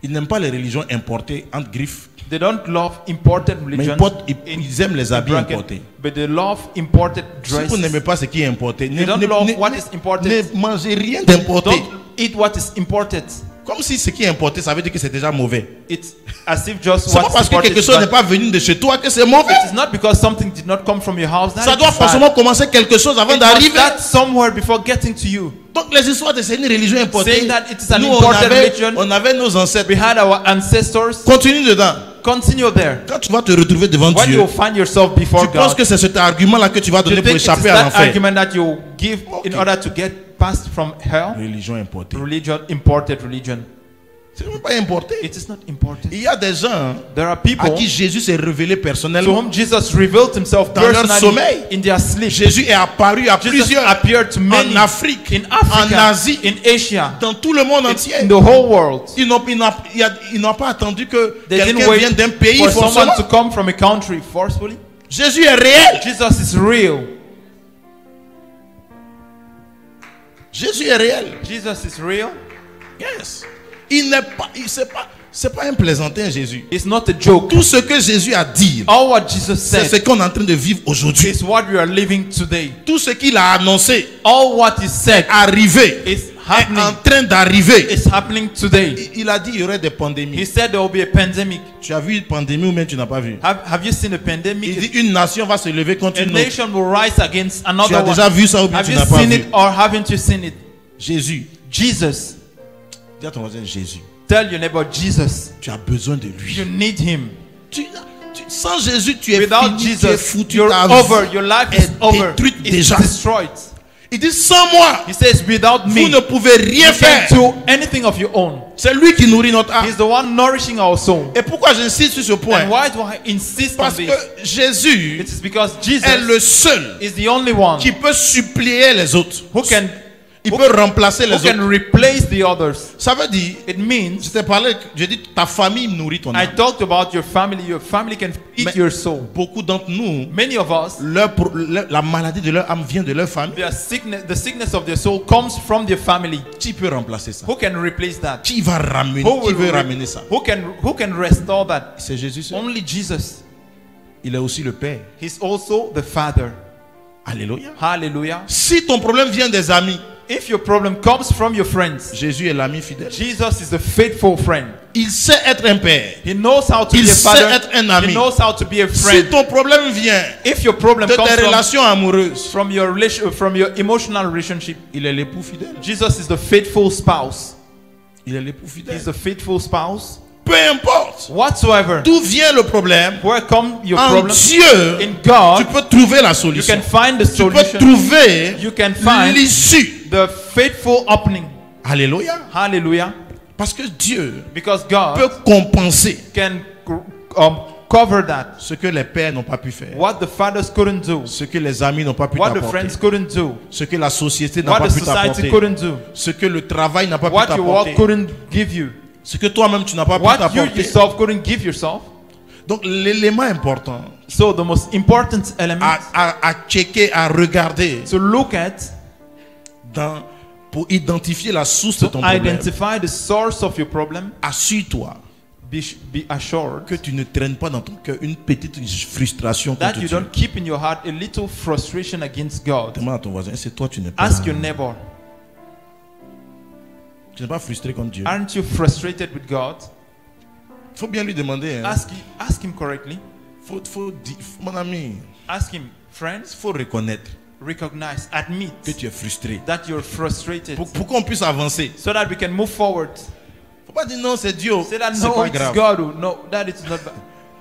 B: Ils n'aiment pas les religions importées entre griffes.
C: They don't love imported
B: Mais ils,
C: religions.
B: portent- ils-
C: in
B: ils aiment les habits
C: bracket,
B: importés.
C: But they love imported
B: Si vous n'aimez
C: dresses.
B: pas ce qui est importé, ne,
C: don't
B: ne-
C: love
B: ne-
C: what
B: ne-
C: is imported.
B: ne mangez rien d'importé.
C: Don't eat what is imported.
B: Comme si ce qui est importé, ça veut dire que c'est déjà mauvais.
C: It's as if just
B: C'est
C: what
B: pas
C: is
B: parce que
C: imported
B: quelque
C: is
B: chose
C: bad.
B: n'est pas venu de chez toi que c'est mauvais.
C: It's not because something did not come from your house. that
B: Ça
C: it
B: doit
C: is bad.
B: forcément commencer quelque chose avant
C: It was
B: d'arriver.
C: that somewhere before getting to you.
B: Donc les histoires de c'est une religion importée.
C: Saying that it is an
B: Nous, on
C: imported
B: avait,
C: religion.
B: on avait nos ancêtres.
C: We had our ancestors.
B: Continue dedans.
C: Continue there.
B: Quand tu vas te retrouver devant
C: When
B: Dieu,
C: you find yourself before
B: tu penses
C: God,
B: que c'est cet argument-là que tu vas
C: you
B: donner pour
C: think it is
B: échapper à
C: that
B: l'enfer.
C: argument that you give in
B: Okay.
C: order to get past from hell.
B: Religion importée.
C: Religion, imported religion.
B: C'est même pas importé.
C: It is not imported.
B: Il y a des gens hein,
C: There are
B: à
C: people
B: qui Jésus s'est révélé
C: to
B: personnellement.
C: whom Jesus revealed himself
B: Dans leur
C: personally
B: sommeil.
C: in their sleep.
B: Jésus est apparu à
C: Jesus
B: plusieurs,
C: appeared to many
B: en Afrique,
C: in Africa,
B: en Asie,
C: in Asia,
B: dans tout le monde entier.
C: in the whole world.
B: Ils n'ont ils n'ont- il y a- ils n'ont pas attendu que
C: They didn't
B: quelqu'un
C: wait
B: vienne d'un pays
C: for
B: forcément.
C: someone to come from a country forcefully.
B: Jésus est réel.
C: Jesus is real.
B: Jésus est réel.
C: Jesus is real.
B: Yes. Il n'est pas, il c'est pas, c'est pas un plaisantin Jésus.
C: It's not a joke.
B: Tout ce que Jésus a dit,
C: All what Jesus
B: c'est ce
C: said
B: qu'on est en train de vivre aujourd'hui.
C: is what we are living today.
B: Tout ce qu'il a annoncé,
C: All what he said
B: arrivé,
C: is
B: est en
C: happening.
B: train d'arriver.
C: It's happening today.
B: Il- Il a dit il y aurait des
C: He
B: pandémies.
C: said there will be a pandemic.
B: Tu as vu une pandémie ou même tu n'as pas vu.
C: Have, have you seen a
B: Il dit
C: pandemic?
B: une nation va se lever contre
C: A
B: une autre.
C: nation will rise against
B: Tu as
C: another
B: déjà
C: one.
B: vu ça ou bien
C: Have
B: tu
C: you
B: n'as pas
C: seen
B: vu.
C: it or haven't you seen it?
B: Jésus,
C: Jesus.
B: dis à ton voisin Jésus,
C: Tell your neighbor Jesus.
B: tu as besoin de
C: You
B: lui.
C: need him.
B: Tu- tu- sans Jésus, tu es
C: Without
B: fini, tu es
C: Jesus,
B: foutu.
C: you're
B: ta
C: over.
B: vie
C: Your life
B: est
C: is over.
B: détruite
C: It's
B: déjà.
C: destroyed.
B: Il dit sans moi,
C: He says, without me,
B: vous ne
C: you
B: pouvez rien
C: can't
B: faire.
C: do anything of your own.
B: C'est lui qui nourrit notre âme.
C: He's the one nourishing our soul.
B: Et pourquoi j'insiste sur ce
C: And
B: point
C: why do I insist on
B: Parce que
C: this?
B: Jésus
C: It is because
B: est le
C: Jesus
B: seul
C: is the only one
B: qui peut supplier les autres.
C: who can
B: Il peut remplacer les
C: who can
B: autres.
C: replace the others.
B: Ça veut dire,
C: It
B: je
C: means
B: t'ai parlé, je dis, ta famille nourrit ton
C: I
B: âme.
C: talked about your family. Your family can feed
B: Mais-
C: your soul.
B: Beaucoup d'entre nous,
C: Many of us,
B: leur pro- leur- la maladie de leur âme vient de leur famille.
C: their sickness, the sickness of their soul comes from their family.
B: Qui peut remplacer ça
C: Who can replace that?
B: Qui va ramener
C: Who
B: Qui
C: will
B: veut
C: re-
B: ramener ça
C: Who can who can restore that?
B: C'est Jésus. seul.
C: Only Jesus.
B: Il est aussi le Père.
C: He's also the Father.
B: Alléluia.
C: Hallelujah.
B: Si ton problème vient des amis,
C: If your problem comes from your friends,
B: Jésus est l'ami fidèle.
C: Jesus is a faithful friend.
B: Il sait être un père.
C: He knows how to
B: Il
C: be a
B: sait
C: father.
B: être un ami.
C: He knows how to be a
B: Si
C: friend.
B: ton problème vient
C: If your problem
B: de
C: comes
B: tes
C: from,
B: relations amoureuses,
C: from your relation, from your emotional relationship,
B: il est l'époux fidèle.
C: Jesus is the faithful spouse.
B: Il est l'époux fidèle.
C: He's the faithful spouse.
B: peu importe
C: Whatsoever,
B: d'où vient le problème,
C: where come your
B: en
C: problem?
B: Dieu,
C: In God,
B: tu peux trouver la
C: you
B: solution.
C: can find the
B: Tu peux
C: solution,
B: trouver
C: You can find-
B: l'issue.
C: the faithful opening.
B: Alléluia.
C: Hallelujah.
B: Parce que Dieu
C: Because God
B: peut compenser
C: can um, cover that.
B: ce que les pères n'ont pas pu faire,
C: What the fathers couldn't do,
B: ce que les amis n'ont pas pu
C: what the
B: t'apporter,
C: friends couldn't do,
B: ce que la société n'a
C: what
B: pas
C: the
B: pu
C: society
B: t'apporter,
C: couldn't do,
B: ce que le travail n'a pas pu
C: what your work
B: t'apporter,
C: couldn't give you,
B: ce que toi-même tu n'as pas pu
C: what you
B: t'apporter.
C: yourself couldn't give yourself.
B: Donc l'élément important
C: So the most important
B: à,
C: element
B: à- à checker, à regarder
C: to look at
B: dans- pour identifier la source de
C: to
B: ton problème,
C: identify the source of your problem.
B: assure-toi
C: Be, be assured
B: que tu ne traînes pas dans ton cœur une petite frustration
C: that
B: contre
C: you
B: Dieu.
C: don't keep in your heart a little frustration against God.
B: Demande à ton voisin, c'est toi, tu n'es pas,
C: Ask your neighbor,
B: tu n'es pas frustré contre Dieu.
C: aren't you frustrated with God?
B: Il faut bien lui demander. hein.
C: Ask, ask him correctly.
B: Faut, faut di- faut- mon ami,
C: Ask him, friends,
B: il faut reconnaître
C: recognize, admit
B: que tu es frustré.
C: that you're frustrated
B: Pour, pour qu'on puisse avancer.
C: so that we can move forward.
B: faut pas dire non, c'est Dieu.
C: Say
B: C'est
C: that no,
B: pas
C: it's
B: grave.
C: God. who- No, that it's not. bad."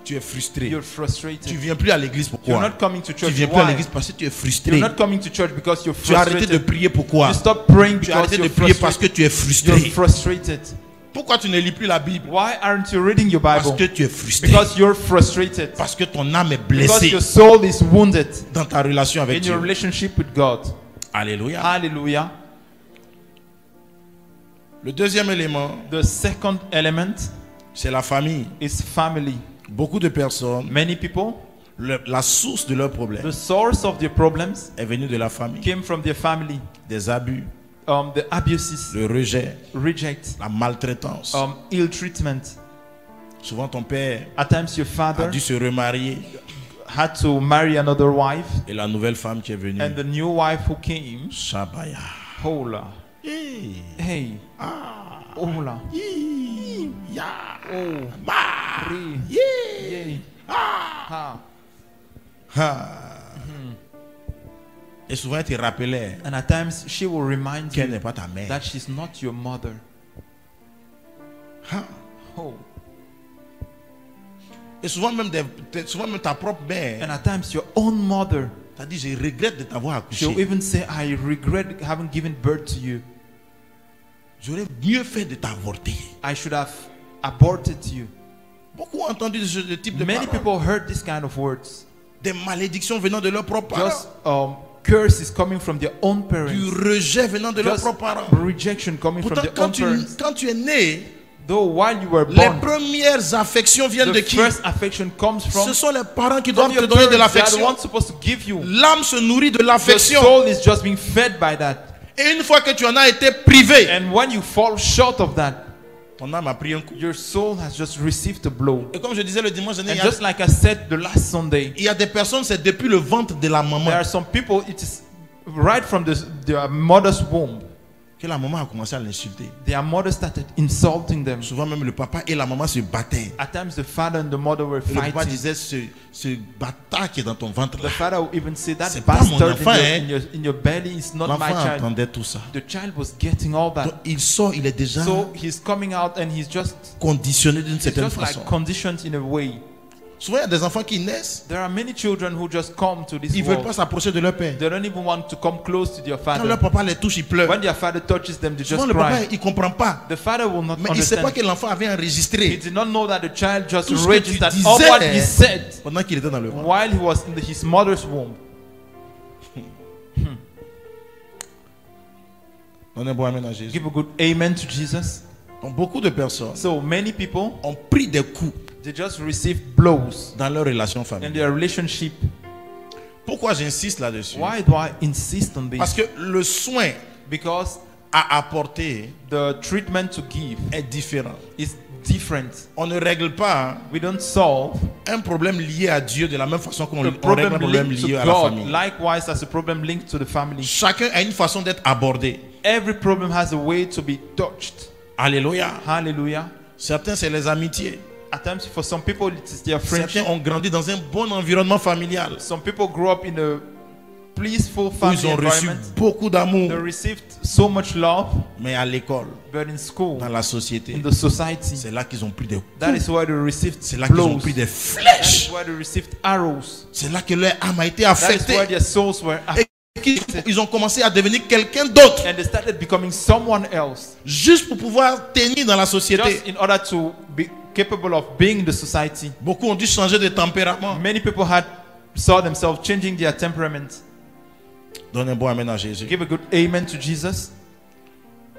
B: Tu es frustré.
C: You're
B: Tu
C: frustrated.
B: viens plus à l'église
C: You're
B: pourquoi
C: not coming to
B: Tu
C: church.
B: viens plus à
C: Why?
B: l'église parce que tu es
C: You're
B: frustré.
C: not coming to church because you're
B: Tu as arrêté de
C: frustrated.
B: prier pourquoi
C: You stop praying
B: Tu as
C: because
B: arrêté de
C: you're
B: prier parce que
C: frustrated.
B: tu es frustré.
C: You're frustrated.
B: Pourquoi tu ne lis plus la Bible
C: Why aren't you reading your
B: Parce
C: Bible?
B: que tu es frustré.
C: Because you're frustrated.
B: Parce que ton âme est
C: Because
B: blessée
C: your soul is wounded
B: dans ta relation avec
C: in your
B: Dieu.
C: relationship with God.
B: Alléluia.
C: Hallelujah.
B: Le deuxième élément,
C: The second element
B: c'est la famille.
C: is family.
B: Beaucoup de personnes,
C: Many people,
B: le- la source de leurs problèmes
C: the source of their problems
B: est venue de la famille.
C: came from their family.
B: Des abus,
C: Um, the abuses,
B: le rejet,
C: reject,
B: la maltraitance.
C: um, ill treatment.
B: Souvent ton père
C: At times,
B: a
C: your father
B: dû se remarier
C: had to marry another wife,
B: et la nouvelle femme qui est venue,
C: and the new wife who came,
B: Shabaya.
C: hola,
B: Hey,
C: hey, Ah. hola,
B: hi, ya,
C: oh,
B: ma,
C: re,
B: yeah.
C: yay, ha.
B: Ah. Et souvent, elle te rappelait
C: And at times, she will remind
B: qu'elle n'est
C: you
B: pas ta mère.
C: that she's not your mother.
B: Ah.
C: Oh.
B: Et souvent même, des- des- souvent même ta propre mère
C: And at times, your own mother,
B: t'a dit, je regrette de t'avoir
C: she'll
B: accouché.
C: even say, I regret having given birth to you.
B: J'aurais mieux fait de t'avorter.
C: I should have aborted you.
B: Beaucoup ont entendu ce type de
C: Many
B: paroles.
C: people heard these kind of words.
B: Des malédictions venant de leurs propres parents.
C: Just um, curses coming from their own
B: Du
C: parents.
B: rejet venant de leurs
C: Just
B: propres parents.
C: rejection coming from
B: Pourtant,
C: their
B: quand
C: own
B: tu,
C: parents.
B: quand tu es né,
C: Though while you were
B: les
C: born,
B: premières affections viennent de
C: the
B: qui
C: first affection comes
B: Ce
C: from,
B: sont les parents qui
C: from
B: doivent te
C: your
B: donner de
C: parents. They are the
B: l'affection.
C: ones supposed to give you.
B: L'âme se nourrit de
C: Your
B: l'affection.
C: soul is just being fed by that.
B: Et une fois que tu en as été privé,
C: And when you fall short of that,
B: ton âme a pris un coup.
C: your soul has just received a blow.
B: Et comme je disais le dimanche dernier,
C: And
B: il y a-
C: just like I said the last Sunday,
B: il y, a des personnes, c'est depuis le ventre de la maman
C: there are some people, it is right from the, their mother's womb.
B: que la maman a commencé à l'insulter.
C: Their mother started insulting them.
B: Souvent même le papa et la maman se battaient.
C: At times, the father and the mother were
B: Et Le papa
C: fighting.
B: disait, ce, ce bâtard qui est dans ton ventre
C: The
B: là.
C: father would even say, That
B: C'est pas mon
C: bastard
B: enfant,
C: in, your, in, your, in your belly is not my
B: L'enfant
C: child.
B: entendait tout ça.
C: The child was getting all
B: Donc
C: that.
B: il sort, il est déjà
C: So he's coming out and he's just,
B: conditionné d'une
C: he's
B: certaine
C: just
B: façon.
C: like conditioned in a way.
B: Souvent il y a des enfants qui naissent,
C: There are many children who just come to this
B: ils veulent pas
C: world.
B: s'approcher de leur père.
C: They don't even want to come close to their
B: Quand leur
C: father.
B: papa les touche, ils pleurent.
C: When their father touches them, they
B: Souvent
C: just
B: le papa,
C: cry.
B: il comprend pas.
C: The father will not
B: Mais il sait pas
C: understand.
B: que l'enfant avait
C: He
B: enregistré
C: did not know that the child just
B: Tout ce que tu
C: registered all what he
B: disais
C: said
B: pendant qu'il était dans le ventre.
C: while he was in the- his mother's womb.
B: On est bon, amen à Jésus.
C: Give a good amen to Jesus.
B: Donc, beaucoup de personnes
C: So many people
B: ont pris des coups
C: they just receive blows
B: dans leur relation
C: in
B: familiale.
C: their relationship.
B: Pourquoi j'insiste là-dessus
C: Why do I insist on
B: Parce
C: this?
B: que le soin
C: Because
B: à apporter
C: the treatment to give
B: est différent.
C: is different.
B: On ne règle pas
C: We don't solve
B: un problème lié à Dieu de la même façon qu'on on
C: the
B: règle un
C: problem
B: problème
C: linked to
B: lié à la
C: God.
B: famille.
C: Likewise, as a problem linked to the family,
B: Chacun a une façon d'être abordé.
C: every problem has a way to be touched.
B: Alléluia.
C: Hallelujah.
B: Certains, c'est les amitiés.
C: At times, for some people, it is their friendship.
B: Certains ont grandi dans un bon environnement familial.
C: Some people grow up in a peaceful
B: où
C: family
B: ils ont reçu
C: environment.
B: beaucoup d'amour,
C: They received so much love,
B: mais à l'école,
C: but in school,
B: dans la société,
C: in the society,
B: c'est là qu'ils ont pris des
C: that is why they received
B: c'est là qu'ils ont
C: blows.
B: pris des
C: That is
B: flèches,
C: why they received arrows.
B: c'est là que leur âme a été
C: That is
B: affectée
C: why their souls were
B: et
C: affected.
B: qu'ils ils ont commencé à devenir quelqu'un d'autre,
C: And they started becoming someone else.
B: juste pour pouvoir tenir dans la société.
C: Just in order to be capable of being in the society.
B: Beaucoup ont dû changer de tempérament.
C: Many people had saw themselves changing their temperament.
B: Donne un bon amen à Jésus.
C: Give a good amen to Jesus.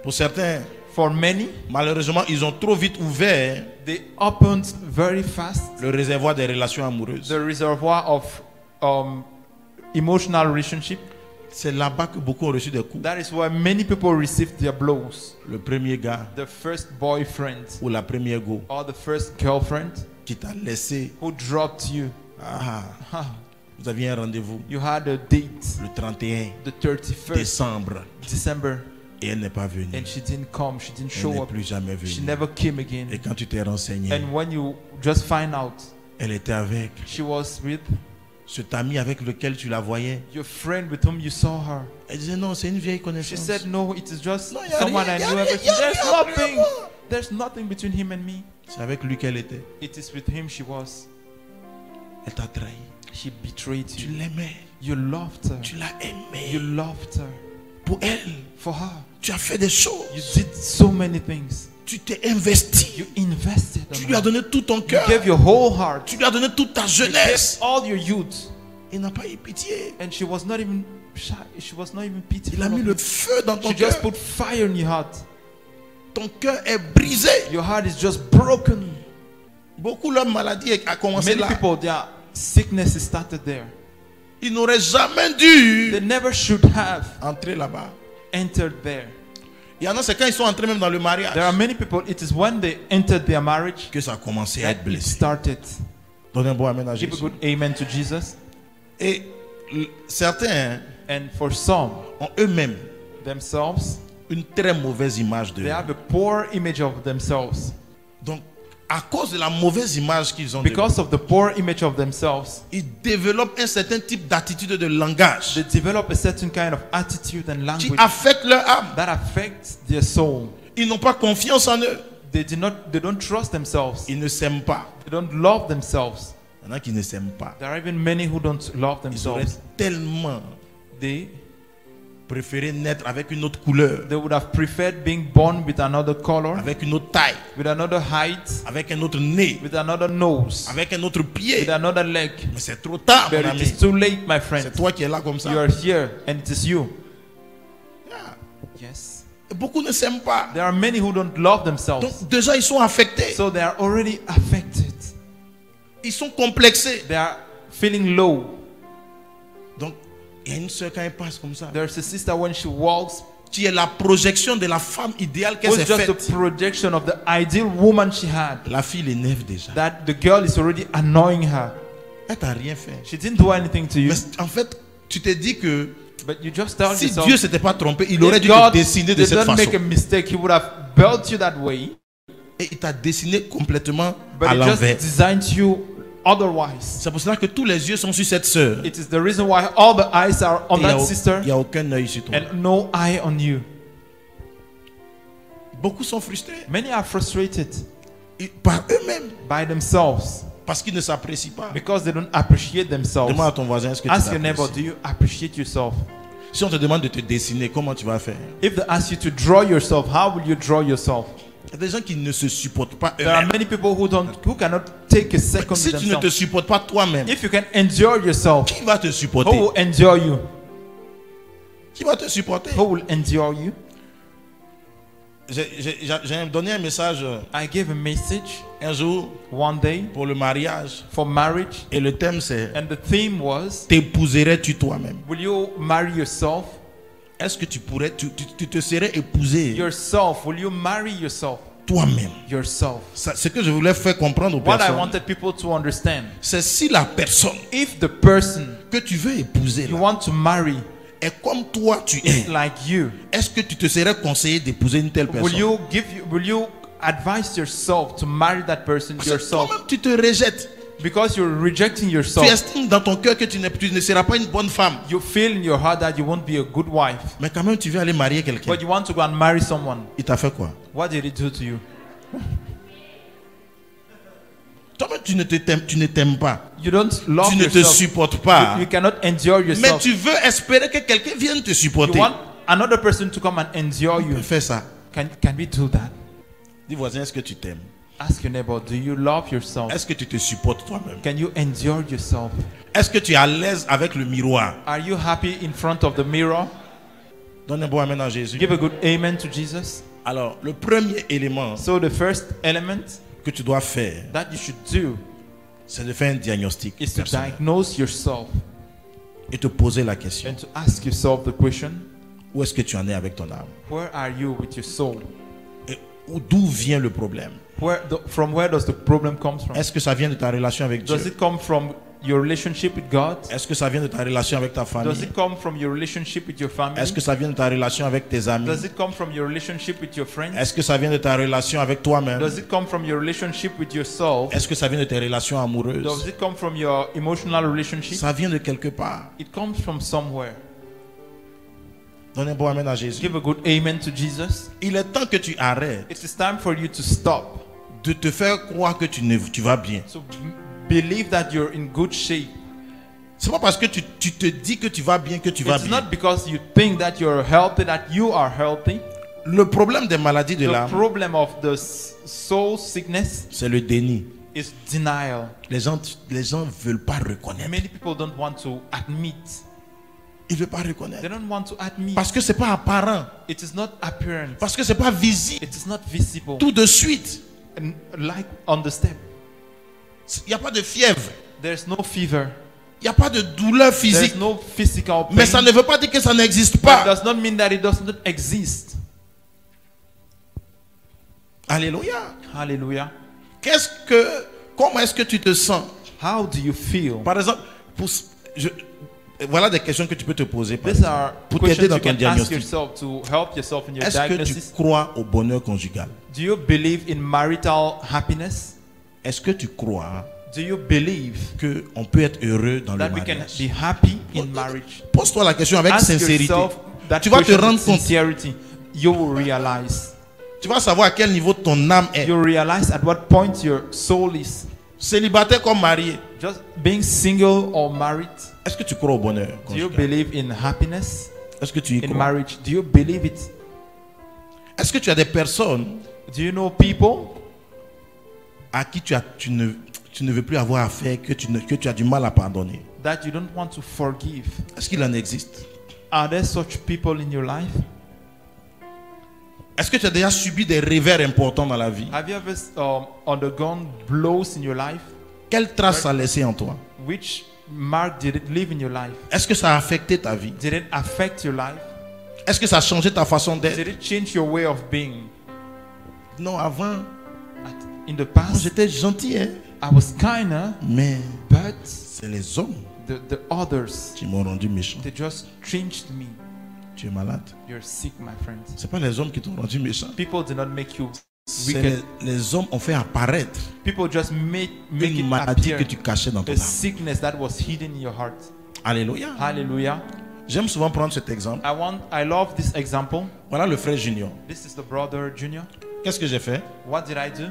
B: Pour certains,
C: For many,
B: malheureusement, ils ont trop vite ouvert
C: they opened very fast
B: le réservoir des relations amoureuses.
C: the reservoir of um, emotional relationship.
B: C'est là-bas que beaucoup ont reçu des coups.
C: That is why many people received their blows.
B: Le premier gars
C: The first boyfriend
B: ou la première go
C: or the first girlfriend
B: qui t'a laissé.
C: who dropped you.
B: Ah,
C: Ah,
B: vous aviez un rendez-vous
C: You had a date
B: le 31
C: the 31st
B: décembre
C: December
B: et elle n'est pas venue.
C: and she didn't come. She didn't
B: Elle
C: show
B: n'est
C: up.
B: plus jamais
C: She
B: venue.
C: never came
B: Et
C: again.
B: quand tu t'es renseigné,
C: And when you just find out
B: elle était avec
C: she was with
B: cet ami avec lequel tu la voyais.
C: your friend with whom you saw her,
B: Elle disait non, c'est une vieille
C: she
B: connaissance.
C: said, No, it is just
B: No, yeah,
C: someone
B: yeah,
C: I
B: yeah,
C: knew
B: yeah,
C: ever since.
B: yeah,
C: There's
B: yeah,
C: nothing.
B: yeah.
C: There's nothing between him and me.
B: C'est avec lui qu'elle était.
C: It is with him she was.
B: Elle t'a trahi.
C: She betrayed
B: Tu
C: you.
B: l'aimais.
C: You loved her.
B: Tu l'as aimée.
C: You loved her.
B: Pour elle,
C: For her,
B: tu as fait des
C: you
B: choses.
C: did so many things.
B: Tu t'es investi.
C: You invested.
B: Tu
C: On
B: lui as
C: her.
B: donné tout ton
C: You
B: cœur.
C: gave your whole heart.
B: Tu lui as donné toute ta
C: You gave
B: jeunesse.
C: all your youth.
B: Il n'a pas eu pitié.
C: And she was not even shy. She was not even
B: Il
C: pitiful.
B: a mis
C: of
B: le
C: it.
B: feu dans ton
C: She
B: cœur.
C: just put fire in your heart.
B: Ton cœur est brisé.
C: Your heart is just broken.
B: Beaucoup leur maladie a commencé
C: Many
B: là.
C: people, their sickness started there.
B: Ils n'auraient jamais
C: They
B: dû
C: never should have
B: entrer là-bas.
C: entered there.
B: Il y en a, c'est quand ils sont entrés même dans le
C: There are
B: mariage
C: many people, it is when they entered their marriage
B: que ça a commencé à être
C: that it
B: blessé.
C: started.
B: Donne un bon amen à
C: Give a
B: Jésus.
C: good amen to Jesus.
B: Et l- certains hein,
C: And for some
B: ont eux-mêmes
C: themselves,
B: une très mauvaise image d'eux.
C: they have a poor image of themselves.
B: Donc, à cause de la mauvaise image qu'ils ont, d'eux,
C: Because of the poor image of themselves,
B: ils développent un certain type d'attitude et de
C: they
B: langage
C: develop a certain kind of attitude and
B: qui
C: language
B: affecte leur âme.
C: that affects their soul.
B: Ils n'ont pas confiance en eux.
C: They do not they don't trust themselves.
B: Ils ne s'aiment pas.
C: They don't love themselves.
B: Il y en a qui ne s'aiment pas.
C: There are even many who don't love
B: Ils auraient
C: themselves.
B: tellement
C: They
B: préféré naître avec une autre couleur,
C: they would have preferred being born with another color,
B: avec une autre taille,
C: with another height,
B: avec un autre nez,
C: with another nose,
B: avec un autre pied.
C: with another leg.
B: Mais c'est trop tard, mon
C: But it
B: ami.
C: is too late, my
B: C'est
C: friend.
B: toi qui es là comme
C: You
B: ça.
C: are here, and it is you.
B: Ah,
C: Yes.
B: Beaucoup ne s'aiment pas.
C: There are many who don't love themselves,
B: Donc déjà, ils sont affectés.
C: so they are already affected.
B: Ils sont complexés.
C: They are feeling low.
B: Donc, il y a une soeur quand elle passe comme ça,
C: There's a sister when she walks,
B: qui est la projection de la femme idéale qu'elle
C: was
B: s'est
C: just
B: faite.
C: the projection of the ideal woman she had.
B: La fille l'énerve déjà.
C: That the girl is already annoying her.
B: Elle t'a rien fait.
C: She didn't do anything to you,
B: Mais c- en fait, tu t'es dit que
C: but you just tell
B: si
C: yourself.
B: Dieu s'était pas trompé, il
C: If
B: aurait dû
C: God
B: te dessiner de
C: did
B: cette
C: not make a
B: façon.
C: mistake, he would have built you that way,
B: Et il t'a dessiné complètement
C: but
B: à
C: he just
B: l'envers.
C: designed you otherwise.
B: C'est pour cela que tous les yeux sont sur cette sœur.
C: It is the reason why all the eyes are
B: Il
C: on
B: n'y
C: that
B: a, au-
C: sister
B: il y a aucun œil sur toi.
C: and no eye on you.
B: Beaucoup sont frustrés
C: Many are frustrated
B: ils- par eux-mêmes
C: by themselves
B: parce qu'ils ne s'apprécient pas.
C: because they don't appreciate themselves.
B: Demande à ton voisin est-ce que
C: Ask
B: tu
C: your neighbor,
B: t'apprécies.
C: do you appreciate yourself?
B: Si on te demande de te dessiner, comment tu vas faire
C: If they ask you to draw yourself, how will you draw yourself?
B: Il y a des gens qui ne se supportent pas
C: There are
B: eux-mêmes.
C: many people who don't, who cannot take a second to
B: Si tu ne te
C: themselves.
B: supportes pas toi-même,
C: If you can endure yourself,
B: qui va te
C: who
B: supporter
C: will endure you? oh.
B: Qui va te supporter
C: Who will endure you?
B: J'ai- J'ai j'ai- j'ai donné un message euh,
C: I gave a message
B: un jour
C: one day
B: pour le mariage
C: for marriage,
B: et le thème c'est
C: and the theme was
B: T'épouserais-tu toi-même
C: Will you marry yourself?
B: Est-ce que tu pourrais, tu, tu- tu te serais épousé
C: Yourself, will you marry yourself?
B: toi-même
C: Yourself.
B: Ça, Ce que je voulais faire comprendre aux
C: What I
B: personnes,
C: wanted people to understand
B: c'est si la personne
C: if the person
B: que tu veux épouser
C: you
B: là,
C: want to marry
B: est comme toi tu es,
C: is like you,
B: est-ce que tu te serais conseillé d'épouser une telle
C: will
B: personne
C: you give you will you advise yourself to marry that person
B: Parce que
C: yourself?
B: toi-même tu te rejettes.
C: Because you're rejecting yourself.
B: Tu estimes dans ton cœur que tu, n'es- tu ne seras pas une bonne femme.
C: You feel in your heart that you won't be a good wife,
B: Mais quand même, tu veux aller marier quelqu'un.
C: but you want to go and marry someone.
B: Il t'a fait quoi
C: What did it do to you?
B: Toi-même, tu ne te t'aimes- tu ne t'aimes pas.
C: You don't love
B: tu ne te
C: yourself.
B: supportes pas.
C: You, you cannot endure
B: mais
C: yourself.
B: tu veux espérer que quelqu'un vienne te
C: You
B: supporter.
C: want another person to come and endure you.
B: Fais ça.
C: Can, can we do that?
B: Dis voisin, est-ce que tu t'aimes
C: Ask your neighbor, do you love yourself?
B: Est-ce que tu te supportes toi-même
C: Can you endure yourself?
B: Est-ce que tu es à l'aise avec le miroir
C: Are you happy in front of the mirror?
B: Donne un bon amen à Jésus.
C: Give a good amen to Jesus.
B: Alors, le premier élément
C: So, the first element
B: que tu dois faire,
C: that you should do
B: c'est de faire un diagnostic
C: is to
B: personnel
C: diagnose yourself
B: et te poser la question
C: and to ask yourself the question
B: où est-ce que tu en es avec ton âme
C: where are you with your soul?
B: Et où- D'où vient le problème
C: Where the, From where does the problem comes from?
B: Est-ce que ça vient de ta relation avec Dieu
C: Oh. Does it come from your relationship with God?
B: Est-ce que ça vient de ta relation avec ta
C: Does
B: famille
C: it come from your relationship with your family?
B: Est-ce que ça vient de ta relation avec tes amis
C: Does it come from your relationship with your friends?
B: Est-ce que ça vient de ta relation avec toi-même
C: Does it come from your relationship with yourself?
B: Est-ce que ça vient de tes relations
C: Does
B: amoureuses
C: it come from your emotional relationship?
B: Ça vient de quelque part.
C: It comes from somewhere.
B: Donne un bon amen à Jésus.
C: Give a good amen to Jesus.
B: Il est temps que tu arrêtes
C: It is time for you to stop.
B: de te faire croire que tu, ne, tu vas bien.
C: So b- believe that you're in good shape.
B: C'est pas parce que tu, tu te dis que tu vas bien que tu vas
C: It's
B: bien.
C: not because you think that you're healthy that you are healthy.
B: Le problème des maladies de
C: The
B: l'âme,
C: problem of the s- soul sickness
B: c'est le déni.
C: is denial.
B: Les gens les gens veulent pas reconnaître.
C: Many people don't want to admit.
B: Ils veulent pas
C: They
B: reconnaître
C: don't want to admit.
B: parce que c'est pas apparent,
C: It is not apparent.
B: parce que c'est pas visible
C: It is not visible.
B: tout de suite.
C: And like on the step,
B: Il n'y a pas de fièvre,
C: there's no fever.
B: il n'y a pas de douleur
C: There's
B: physique,
C: no physical pain.
B: mais ça ne veut pas dire que ça n'existe
C: But it
B: pas.
C: does not mean that it does not exist.
B: Alléluia.
C: Hallelujah.
B: Qu'est-ce que comment est-ce que tu te sens
C: How do you feel?
B: Par exemple, pour- je- voilà des questions que tu peux te poser. par
C: These
B: exemple.
C: are
B: pour t'aider
C: questions
B: dans
C: you
B: ton
C: can ask
B: diagnostic.
C: yourself to help yourself in your
B: Est-ce que tu
C: diagnosis.
B: crois au bonheur conjugal
C: Do you believe in marital happiness?
B: Est-ce que tu crois
C: Do you believe
B: que on peut être heureux dans le
C: that we can be
B: mariage
C: happy in marriage?
B: Pose-toi la question avec
C: ask
B: sincérité.
C: yourself that
B: Tu vas te
C: question with
B: rendre compte.
C: sincerity. You will realize.
B: Tu vas savoir à quel niveau ton âme est.
C: You realize at what point your soul is.
B: Célibataire comme marié.
C: Just being single or married.
B: Est-ce que tu crois au bonheur
C: Do you
B: conjugal
C: believe in happiness
B: Est-ce que tu y
C: in
B: crois
C: marriage? Do you believe it?
B: Est-ce que tu as des personnes
C: Do you know people
B: à qui tu, as, tu, ne, tu ne veux plus avoir affaire, que tu, ne- que tu as du mal à pardonner
C: that you don't want to forgive?
B: Est-ce qu'il en existe
C: Are there such people in your life?
B: Est-ce que tu as déjà subi des revers importants dans la vie
C: Have you ever um, undergone blows in your life?
B: Quelle trace ça a laissé en toi
C: Which mark did it leave in your life?
B: Est-ce que ça a affecté ta vie
C: Did it affect your life?
B: Est-ce que ça a changé ta façon
C: Did
B: d'être
C: it change your way of being?
B: Non, avant,
C: At- In the
B: moi,
C: past,
B: j'étais gentil, hein,
C: I was kinder,
B: mais
C: but
B: c'est les hommes
C: the, the others,
B: qui m'ont rendu méchant.
C: they just changed me.
B: Tu es malade.
C: You're sick, my friend.
B: C'est pas les hommes qui t'ont rendu méchant.
C: People did not make you
B: C'est les,
C: wicked.
B: les hommes ont fait apparaître
C: People just made make
B: une
C: it
B: maladie
C: appear
B: que tu cachais dans ton
C: a
B: âme.
C: sickness that was hidden in your heart.
B: Alléluia.
C: Hallelujah.
B: J'aime souvent prendre cet exemple.
C: I want I love this example.
B: Voilà le frère Junior.
C: This is the brother junior.
B: Qu'est-ce que j'ai fait
C: What did I do?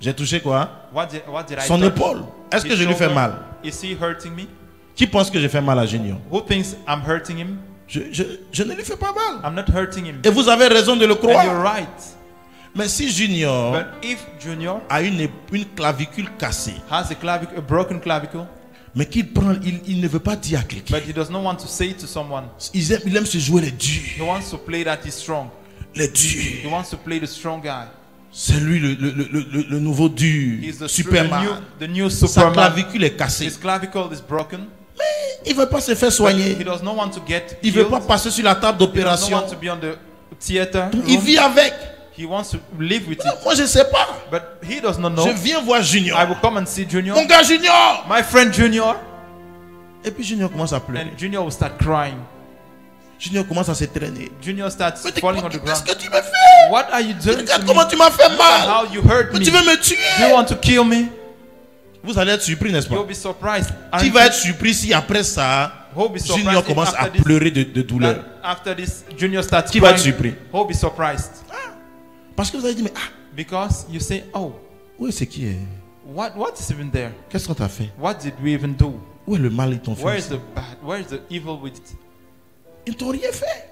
B: J'ai touché quoi
C: What did, what did I
B: Son
C: touch?
B: épaule. Est-ce que
C: His
B: je lui fais
C: shoulder?
B: mal
C: Is he hurting me?
B: Qui pense que j'ai fait mal à Junior
C: Who thinks I'm hurting him?
B: je, je- je ne lui fais pas mal.
C: I'm not hurting him.
B: Et vous avez raison de le
C: And you're
B: croire.
C: right.
B: Mais si Junior
C: But if Junior
B: a une, ép- une clavicule cassée,
C: has a clavic a broken clavicle,
B: mais qu'il prend, il, il ne veut pas dire à quelqu'un.
C: but he does not want to say it to someone,
B: Il aime, il aime se jouer les
C: he
B: durs.
C: wants to play that he's strong.
B: Les
C: He
B: durs.
C: wants to play the strong guy.
B: C'est lui le, le- le- le- le nouveau dur.
C: He's the, str- the new
B: Superman.
C: the new
B: Sa
C: Superman.
B: clavicule est cassée.
C: His clavicle is broken.
B: Il ne veut pas se faire
C: but He
B: soigner.
C: does not want to get
B: Il ne veut pas
C: healed.
B: passer sur la table
C: He does not
B: d'opération.
C: want to be on the theater.
B: Il
C: room.
B: vit avec.
C: He wants to live with
B: Non,
C: it.
B: Moi, je ne sais pas.
C: But he does not
B: Je
C: know.
B: viens voir Junior.
C: I will come and see Junior.
B: Mon gars Junior.
C: My friend Junior.
B: Et puis Junior commence à pleurer.
C: And Junior will start crying.
B: Junior commence à se traîner.
C: Junior starts
B: Mais t'es-
C: falling on the
B: Qu'est-ce
C: ground.
B: que tu me fais
C: What are you doing to
B: Regarde
C: me?
B: comment tu m'as fait
C: Look at
B: mal.
C: How you hurt
B: Mais
C: me.
B: tu veux me
C: You
B: tuer
C: want to kill me?
B: Vous allez être surpris, n'est-ce
C: You'll
B: pas
C: be surprised.
B: Qui va être surpris si après ça,
C: You'll be surprised
B: Junior
C: if
B: commence à
C: after this-
B: pleurer de, de douleur
C: that after this junior starts
B: Qui va être
C: crying,
B: surpris?
C: Who'll be surprised?
B: Parce que vous allez dire, mais ah,
C: Because you say, oh,
B: où est ce qui est
C: what, what is even there?
B: Qu'est-ce qu'on t'a fait
C: What did we even do?
B: Où est le mal ils t'ont
C: Where
B: fait
C: is the bad? Where is the evil we did?
B: Ils t'ont rien fait.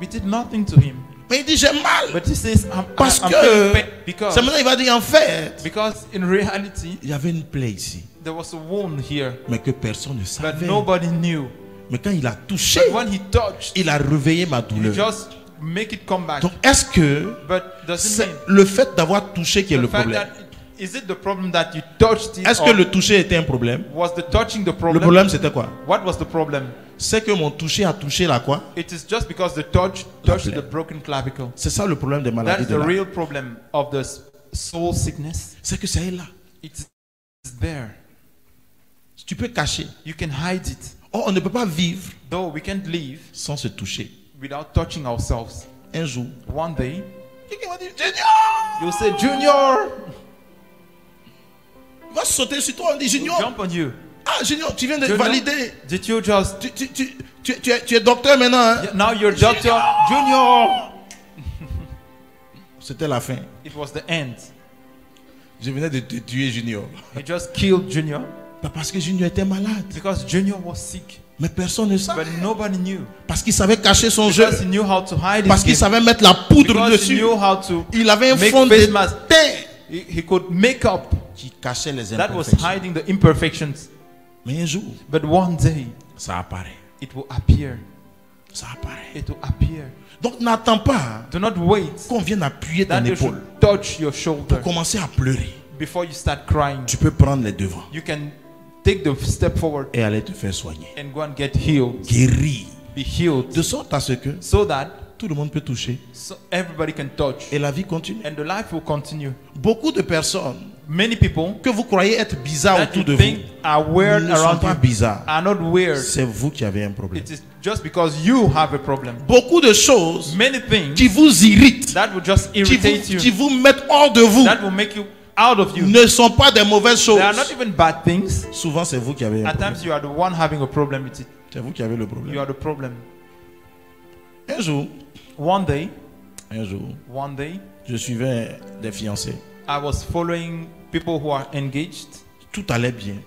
C: We did nothing to him.
B: Mais il dit, j'ai mal.
C: But he says, I'm,
B: Parce
C: I'm
B: que,
C: feeling pain
B: c'est
C: because,
B: maintenant il va dire, en fait,
C: because in reality,
B: il y avait une plaie ici,
C: there was a wound here
B: mais que personne ne
C: that
B: savait.
C: nobody knew.
B: Mais quand il a touché,
C: But when he touched,
B: il a réveillé ma
C: he
B: douleur.
C: just make it come back.
B: Donc, est-ce que
C: But doesn't
B: c'est
C: mean
B: le fait d'avoir touché qui est
C: the
B: le
C: fact
B: problème
C: that is it the problem that you touched it
B: Est-ce
C: or
B: que le toucher était un problème
C: was the touching the
B: Le
C: problem?
B: problème, c'était quoi
C: What was the problem?
B: C'est que mon toucher a touché la quoi
C: It is just because the touch
B: La
C: touched
B: plaie.
C: the broken clavicle.
B: C'est ça le problème des
C: That
B: maladies
C: is
B: de
C: the
B: l'âme.
C: real problem of the s- soul sickness.
B: C'est que c'est là.
C: It's it's there.
B: Tu peux cacher.
C: You can hide it.
B: Oh, on ne peut pas vivre
C: Though we can't live
B: sans se toucher.
C: without touching ourselves.
B: Un jour,
C: One day,
B: quelqu'un va dire Junior
C: you'll say, Junior!
B: Il va sauter sur toi. On dit
C: He'll
B: Junior
C: jump on you.
B: Ah, Junior, tu viens de
C: Junior,
B: valider.
C: Did you just.
B: Tu, tu, tu, tu- tu es, tu es docteur maintenant. hein?
C: Yeah, Now you're doctor. Junior!
B: C'était la fin.
C: It was the end.
B: Je venais de te tuer Junior.
C: He just killed Junior
B: Pas parce que Junior était malade.
C: because Junior was sick.
B: Mais personne ne savait.
C: But nobody knew.
B: Parce qu'il savait cacher son jeu.
C: Because he knew how to hide
B: Parce qu'il
C: his game.
B: savait mettre la poudre
C: Because he
B: dessus.
C: knew how to.
B: Il avait un
C: Make
B: fond
C: face
B: de
C: mask.
B: teint
C: He, he could make up.
B: qui cachait les
C: That was
B: imperfections.
C: hiding the imperfections.
B: Mais un jour,
C: But one day,
B: ça apparaît.
C: it will appear.
B: Ça apparaît.
C: It will appear.
B: Donc n'attends pas hein.
C: Do not wait
B: qu'on vienne appuyer ton
C: that you
B: épaule
C: should touch your
B: pour
C: shoulder
B: commencer à pleurer.
C: before you start crying.
B: Tu peux prendre les devants
C: You can take the step forward
B: et aller te faire soigner.
C: and go and get healed.
B: Guérir.
C: Be healed
B: De sorte à ce que
C: so that
B: tout le monde peut toucher
C: so everybody can touch
B: et la vie continue.
C: and the life will continue.
B: Beaucoup de personnes
C: Many people
B: que vous croyez être bizarres
C: that
B: autour
C: you
B: de
C: think
B: vous
C: are weird
B: ne sont pas
C: around you
B: bizarres.
C: are not weird.
B: C'est vous qui avez un problème.
C: It is just because you have a problem.
B: Beaucoup de choses
C: Many things
B: qui vous irritent,
C: that will just
B: qui
C: irritate
B: vous, qui
C: you,
B: vous mettent hors de vous,
C: that will make you out of you.
B: ne sont pas des mauvaises choses.
C: They are not even bad things.
B: Souvent, c'est vous qui avez un
C: At
B: problème.
C: times you are the one having a problem with it.
B: C'est vous qui avez le
C: You
B: problème.
C: are the problem.
B: Un jour,
C: One day,
B: un jour,
C: one day,
B: je suivais des fiancés.
C: I was following people who are engaged.
B: Tout allait bien.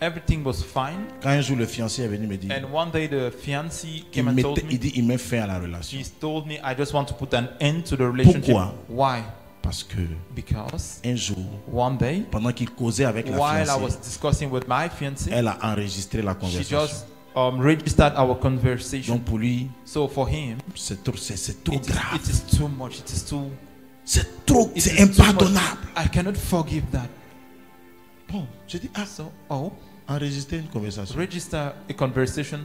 C: Everything was fine.
B: Quand un jour le fiancé est venu me dire,
C: And one day the fiancé
B: il,
C: came and
B: mettait-
C: told
B: il
C: me,
B: dit, il met fin à la relation.
C: she told me, I just want to put an end to the relationship.
B: Pourquoi?
C: Why?
B: Parce que
C: Because
B: un jour,
C: one day,
B: pendant qu'il causait avec la
C: while I was
B: fiancée,
C: discussing with my fiancé,
B: elle a enregistré la
C: she
B: conversation.
C: just um, registered our conversation.
B: Donc pour lui,
C: So for him,
B: c'est trop, c'est- c'est trop
C: it is,
B: grave.
C: it is too much. It is too.
B: C'est trop,
C: it
B: c'est
C: is too much.
B: impardonnable.
C: I cannot forgive that.
B: Bon, je dis, ah,
C: So, oh,
B: enregistrer une conversation.
C: register a conversation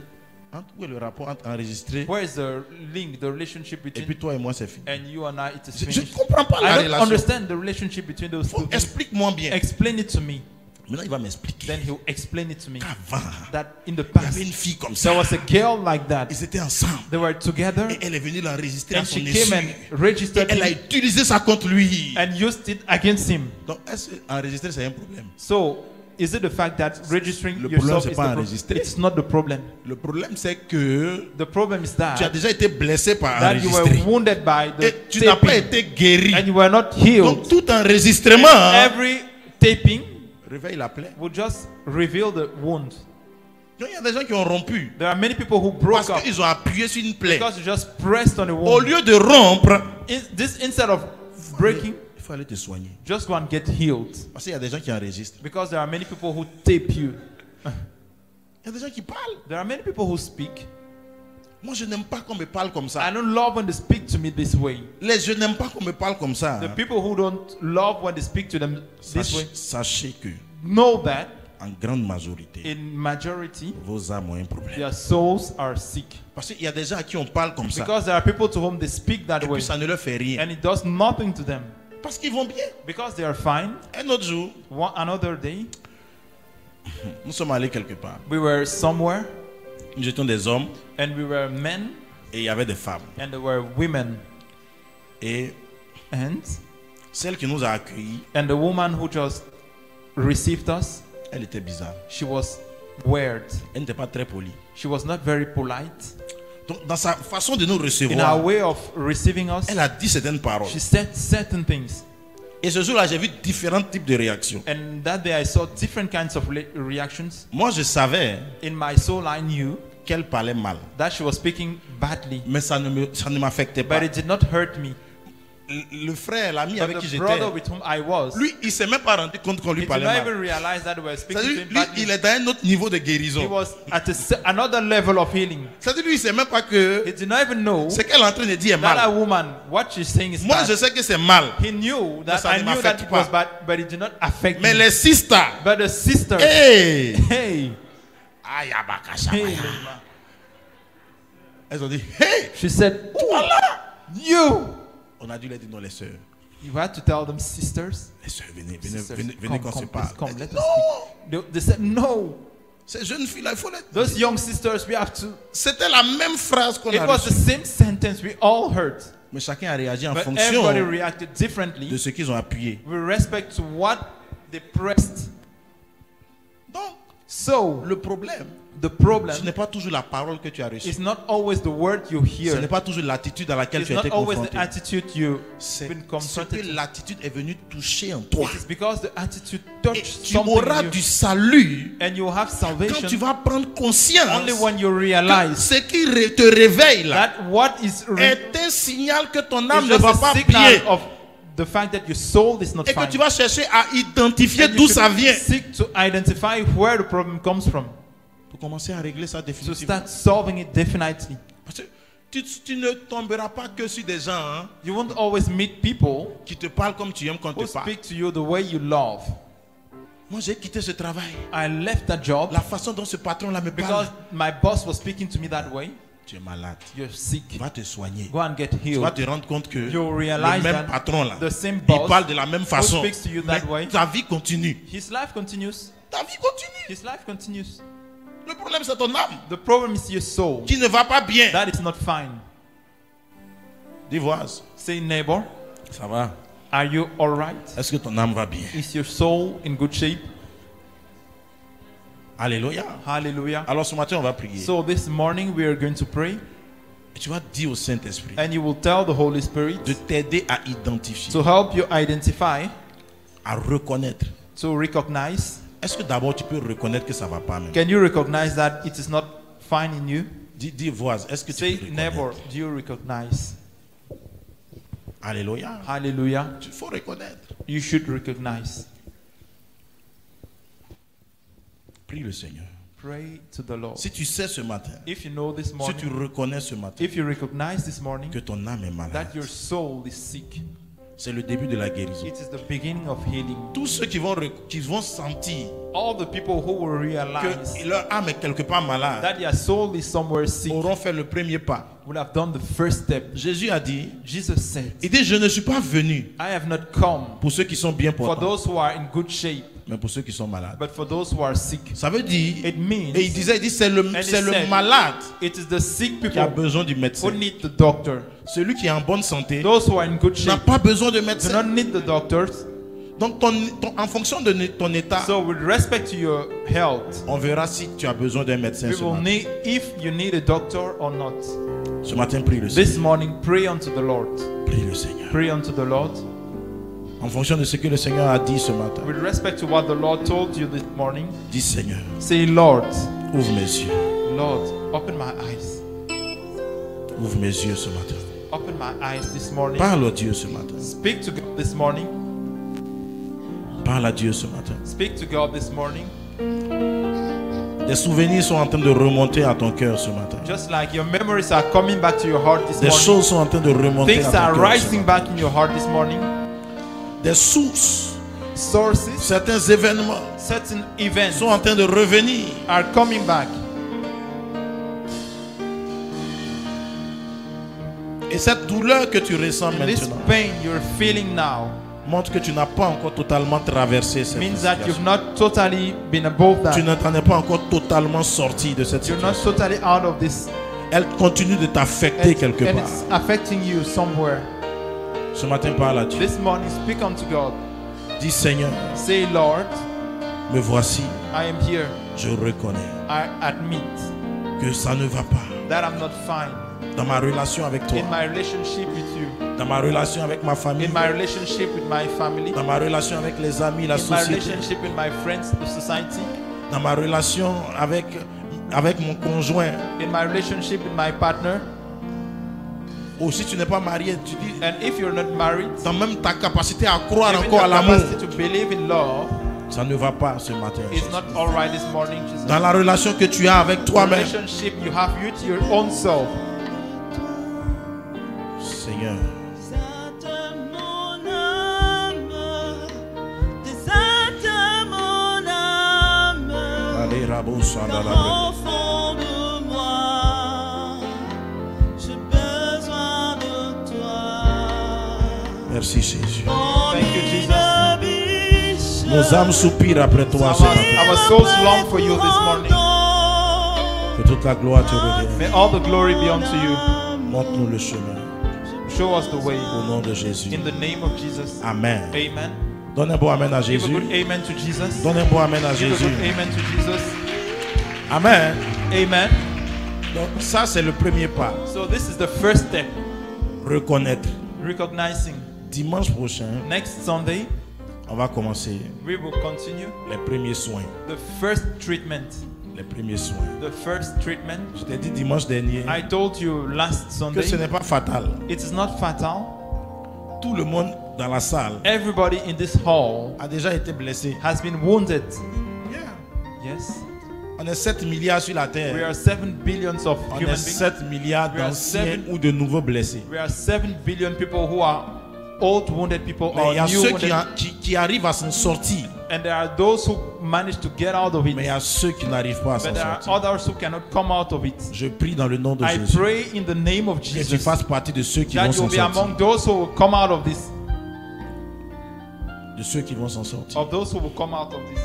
B: Entre- Où est le rapport entre enregistrer
C: Where is the link, the relationship
B: et puis
C: between
B: toi et moi, c'est fini.
C: and you and I? It is
B: Je ne
C: finished.
B: comprends pas la
C: I don't
B: relation.
C: understand the relationship between those
B: Faut-
C: two. things.
B: Explique-moi bien.
C: Explain it to me.
B: Maintenant, il va m'expliquer.
C: Then he'll explain it to me.
B: Avant,
C: That in
B: il y
C: the
B: avait une
C: past
B: fille comme
C: there
B: ça.
C: was a girl like that.
B: Ils étaient ensemble.
C: They were together
B: Et elle est venue l'enregistrer à
C: and
B: son
C: she came
B: insu.
C: and
B: Et
C: registered
B: elle a
C: him
B: utilisé ça contre lui.
C: and used it against him.
B: Donc, est-ce que enregistrer, c'est un problème
C: So is it the fact that registering
B: Le problème,
C: yourself
B: c'est
C: is
B: pas
C: the pro-
B: enregistrer.
C: It's not the problem.
B: Le problème, c'est que
C: The problem is
B: tu as
C: that
B: déjà été blessé par
C: Ah. that you were
B: enregistrer.
C: wounded by the
B: Et Ah, Eh, tu n'as pas
C: taping
B: été guéri.
C: and you were not healed.
B: Donc, tout enregistrement hein,
C: Every taping
B: réveille la plaie.
C: will just reveal the wound.
B: Donc, il y a des gens qui ont rompu
C: There are many people who broke
B: parce
C: up
B: qu'ils ont appuyé sur une plaie.
C: because you just pressed on a
B: Au
C: wound.
B: lieu de rompre,
C: In- this instead of breaking,
B: il faut aller te soigner.
C: just go and get healed
B: Parce qu'il y a des gens qui enregistrent.
C: because there are many people who tape you.
B: Il y a des gens qui parlent.
C: There are many people who speak.
B: Moi, je n'aime pas qu'on me parle comme
C: I
B: ça.
C: don't love when they speak to me this way.
B: Les, je n'aime pas qu'on me parle comme ça.
C: The people who don't love when they speak to them this
B: Sachez,
C: way
B: sachez que,
C: know that
B: en grande majorité,
C: in majority
B: vos âmes ont un problème.
C: their souls are sick
B: Parce qu'il y a des gens à qui on parle comme ça.
C: because there are people to whom they speak that
B: Et
C: way
B: puis ça ne leur fait rien.
C: and it does nothing to them
B: Parce qu'ils vont bien.
C: because they are fine.
B: Un autre jour,
C: One another day
B: nous sommes allés quelque part.
C: we were somewhere
B: Nous étions des hommes
C: and we were men
B: et il y avait des femmes.
C: and there were women
B: Et
C: and
B: celle qui nous a accueillis
C: and the woman who just received us
B: Elle était bizarre.
C: She was weird.
B: Elle n'était pas très polie.
C: She was not very polite.
B: Donc, dans sa façon de nous
C: In our
B: recevoir,
C: way of receiving us,
B: elle a dit certaines paroles.
C: she said certain things.
B: Et ce jour-là, j'ai vu différents types de réactions.
C: And that day I saw different kinds of le- reactions.
B: Moi, je savais
C: In my soul, I knew
B: qu'elle parlait mal,
C: that she was speaking badly,
B: mais ça ne me- ça ne m'affectait pas.
C: but it did not hurt me.
B: Le le frère, l'ami avec
C: But
B: qui
C: the
B: j'étais,
C: brother with whom I was,
B: lui, il s'est même pas rendu compte qu'on
C: he
B: lui
C: did
B: parlait
C: not even
B: mal.
C: realize that we were speaking to
B: C'est-à-dire,
C: him
B: lui, il
C: badly.
B: est dans un autre niveau de
C: He
B: guérison.
C: was at a se- another level of healing.
B: C'est-à-dire, lui, il sait même pas que
C: He did not even know
B: ce qu'elle est en train de dire est
C: that a
B: mal.
C: woman, what she's saying is
B: Moi,
C: bad.
B: je sais que c'est mal.
C: He knew that
B: ça
C: I
B: ne
C: knew that
B: m'affecte
C: it
B: pas.
C: was bad, but it did not affect
B: Mais
C: me.
B: les sisters,
C: But the sister, hey,
B: hey!
C: hey,
B: Aïe, abakasha, aïe. Elles ont dit, hey!
C: she said,
B: Toi là!
C: you.
B: On a dû leur dire, non, les sœurs.
C: You had to tell them, sisters.
B: Les sœurs, venez, venez,
C: sisters,
B: venez, venez
C: come,
B: qu'on se
C: come,
B: parle.
C: please come,
B: Elles
C: let
B: disent, Non!
C: us speak. They, they said, no.
B: Ces jeunes filles-là, il faut les...
C: Those young sisters, we have to.
B: C'était la même phrase qu'on
C: It
B: a
C: was the
B: reçue.
C: same sentence we all heard,
B: Mais chacun a réagi en
C: but
B: fonction
C: everybody reacted
B: de
C: differently
B: ce qu'ils ont appuyé.
C: with respect to what they pressed.
B: Donc,
C: So
B: le problème,
C: the
B: ce n'est
C: problem
B: pas toujours la parole que tu as reçue.
C: is not always the word you
B: Ce n'est
C: hear.
B: pas toujours l'attitude dans laquelle
C: It's
B: tu as
C: not
B: été
C: always the
B: confronté.
C: attitude you've
B: C'est
C: been
B: ce
C: confronted
B: que l'attitude est venue toucher en toi.
C: It is because the attitude
B: Et
C: touched
B: tu
C: something
B: auras
C: in
B: du
C: you,
B: salut
C: and you have
B: quand tu
C: salvation
B: vas prendre conscience
C: only when you
B: que
C: realize
B: ce qui ré- te réveille là
C: that what is re-
B: est un signal que ton
C: is
B: âme ne
C: just
B: va
C: a
B: pas bien
C: signal of the fact that your soul is not
B: et que
C: fine.
B: tu vas chercher à identifier
C: And
B: d'où
C: you
B: ça
C: should
B: vient
C: seek to identify where the problem comes from
B: pour commencer à régler ça
C: to
B: définitivement.
C: start solving it definitely.
B: Parce que tu, tu ne tomberas pas que sur des gens hein,
C: You won't always meet people
B: qui te parlent comme tu aimes quand
C: who
B: tu parles.
C: speak to you the way you love.
B: Moi, j'ai quitté ce travail.
C: I left that job
B: La façon dont ce patron-là me
C: because
B: parle.
C: my boss was speaking to me that way.
B: Tu es malade.
C: You're sick.
B: Tu vas te soigner.
C: Go and get
B: Tu vas
C: healed.
B: te rendre compte que
C: You'll
B: le
C: realize
B: même
C: that
B: patron-là,
C: the same
B: il
C: boss
B: parle de la même façon.
C: speaks to you that
B: Mais
C: way.
B: ta vie continue.
C: His life continues.
B: Ta vie continue.
C: His life continues.
B: Le problème, c'est ton âme
C: The problem is your soul.
B: qui ne va pas bien.
C: That is not fine.
B: Divoise,
C: Say, neighbor,
B: ça va.
C: are you alright?
B: Est-ce que ton âme va bien?
C: Is your soul in good shape?
B: Alléluia.
C: Hallelujah.
B: Alors ce matin, on va prier.
C: So this morning we are going to pray
B: Et tu vas dire au Saint-Esprit
C: and you will tell the Holy Spirit
B: de t'aider à identifier,
C: to help you identify,
B: à reconnaître.
C: to recognize.
B: Est-ce que d'abord tu peux reconnaître que ça va pas même?
C: Can you recognize that it is not fine in you?
B: Dis, dis voise, est-ce que tu
C: Say,
B: peux reconnaître?
C: neighbor, do you recognize?
B: Alléluia.
C: Hallelujah.
B: Il faut reconnaître.
C: You should recognize.
B: Prie le Seigneur.
C: Pray to the Lord.
B: Si tu sais ce matin,
C: If you know this
B: si tu
C: morning,
B: reconnais ce matin
C: if you recognize this morning
B: que ton âme est malade,
C: that your soul is sick,
B: c'est le début de la guérison.
C: it is the beginning of healing.
B: Tous ceux qui vont, rec- qui vont sentir
C: All the people who will realize
B: que leur âme est quelque part malade
C: that their soul is somewhere sick
B: auront fait le premier pas.
C: will have done the first step.
B: Jésus a dit,
C: Jesus said,
B: il dit, je ne suis pas venu
C: I have not come
B: pour ceux qui sont bien
C: for
B: portants,
C: those who are in good shape,
B: mais pour ceux qui sont malades.
C: but for those who are sick.
B: Ça veut dire,
C: It means
B: et il disait, il dit, c'est le,
C: he
B: c'est le
C: said- Oh,
B: malade
C: it is the sick
B: qui a
C: people
B: besoin du
C: who
B: médecin.
C: need the doctor.
B: Celui qui est en bonne santé
C: Those who are in good
B: n'a
C: shape
B: pas besoin de
C: do
B: médecin.
C: not need the doctors.
B: Donc, ton, ton- en fonction de ton état,
C: So, with respect to your health,
B: on verra si tu as besoin d'un médecin
C: we
B: ce
C: will
B: matin.
C: need if you need a doctor or not.
B: Ce matin, prie le Seigneur.
C: This morning, pray unto the Lord.
B: Prie le Seigneur.
C: Pray unto the Lord.
B: En fonction de ce que le Seigneur a dit ce matin,
C: With respect to what the Lord told you this morning,
B: dis Seigneur,
C: say, Lord,
B: ouvre mes yeux.
C: Lord, open my eyes.
B: Ouvre mes yeux ce matin.
C: Open my eyes this morning.
B: Parle à Dieu ce matin.
C: Speak to God this morning.
B: Parle à Dieu ce matin.
C: Speak to God this morning.
B: Des souvenirs sont en train de remonter à ton cœur ce matin.
C: Just like your memories are coming back to your heart this
B: Des
C: morning.
B: choses sont en train de remonter
C: Things
B: à
C: are
B: ton cœur. ce
C: rising
B: matin.
C: back in your heart this morning.
B: Des sources,
C: Sources,
B: certains événements
C: certain events
B: sont en train de revenir.
C: are coming back.
B: Et cette douleur que tu ressens
C: And this
B: maintenant
C: pain you're feeling now
B: montre que tu n'as pas encore totalement traversé cette
C: means that you've
B: situation.
C: not totally been above
B: Tu
C: that.
B: ne t'en es pas encore totalement sorti de cette
C: You're not
B: situation.
C: totally out of this.
B: Elle continue de t'affecter
C: And,
B: quelque
C: and
B: part.
C: it's affecting you somewhere.
B: Ce matin, parle à Dieu.
C: This morning, speak unto God.
B: Dis Seigneur,
C: Say, Lord,
B: Me voici,
C: I am here.
B: je reconnais
C: I admit
B: que ça ne va pas
C: that I'm not fine
B: dans ma relation avec toi,
C: in my relationship with you,
B: dans ma relation avec ma famille,
C: in my relationship with my family,
B: dans ma relation avec les amis, la
C: in my
B: société,
C: relationship with my friends, the society,
B: dans ma relation avec, avec mon conjoint.
C: in my relationship with my partner.
B: Oh, si tu n'es pas marié, tu dis,
C: And if you're not married,
B: dans même ta capacité à croire
C: even
B: encore à
C: your
B: l'amour,
C: capacity to believe in love
B: ça ne va pas ce matin.
C: is not all right this morning, Jesus.
B: Dans la relation que tu as avec
C: The
B: toi-même,
C: relationship you have with your own self,
B: Seigneur,
D: Désate mon âme, désate mon âme,
B: allez, Rabo, ça, dans la-
D: au fond de moi, j'ai besoin de toi.
B: Merci Jésus.
C: Thank you, Jesus.
D: Jesus.
B: Nos âmes soupirent après toi ce
C: our,
B: matin.
C: our souls long for you this morning.
B: Que toute la gloire te revienne.
C: May all the glory be unto you.
B: Montre-nous le chemin.
C: Show us the way.
B: Au nom de Jésus.
C: In the name of Jesus.
B: Amen.
C: Amen.
B: Donne un bon Amen à
C: Give a
B: Jésus.
C: good amen to Jesus.
B: Donne un bon Amen à
C: Give a
B: Jésus.
C: good amen to Jesus.
B: Amen.
C: Amen.
B: Donc, ça, c'est le premier pas.
C: So this is the first step.
B: Reconnaître.
C: Recognizing.
B: Dimanche prochain,
C: Next Sunday,
B: on va commencer
C: we will continue
B: les premiers soins.
C: the first treatment.
B: Les premiers soins.
C: The first treatment.
B: Je t'ai dit dimanche dernier
C: I told you last
B: que ce
C: Sunday.
B: n'est pas fatal.
C: It is not fatal.
B: Tout le monde dans la salle
C: Everybody in this hall
B: a déjà été blessé.
C: has been wounded.
B: Yeah.
C: Yes.
B: On est 7 milliards sur la
C: We
B: terre.
C: are 7 billions of
B: On
C: human
B: est
C: beings.
B: 7 milliards
C: We are
B: d'anciens
C: seven-
B: ou de nouveaux blessés.
C: We are 7 billion people who are old wounded people
B: Mais
C: or
B: il y a
C: new
B: ceux qui,
C: wounded.
B: en- qui- qui arrivent à s'en sortir,
C: And there are those who manage to get out of it.
B: mais il y a ceux qui n'arrivent pas à
C: But
B: s'en
C: there are
B: sortir.
C: others who cannot come out of it.
B: Je prie dans le nom de
C: I
B: Jésus
C: pray in the name of
B: que tu
C: Jesus
B: fasses partie de ceux qui vont
C: that you'll
B: s'en
C: be
B: sortir.
C: among those who will come out of this,
B: De ceux qui vont s'en sortir.
C: of those who will come out of this.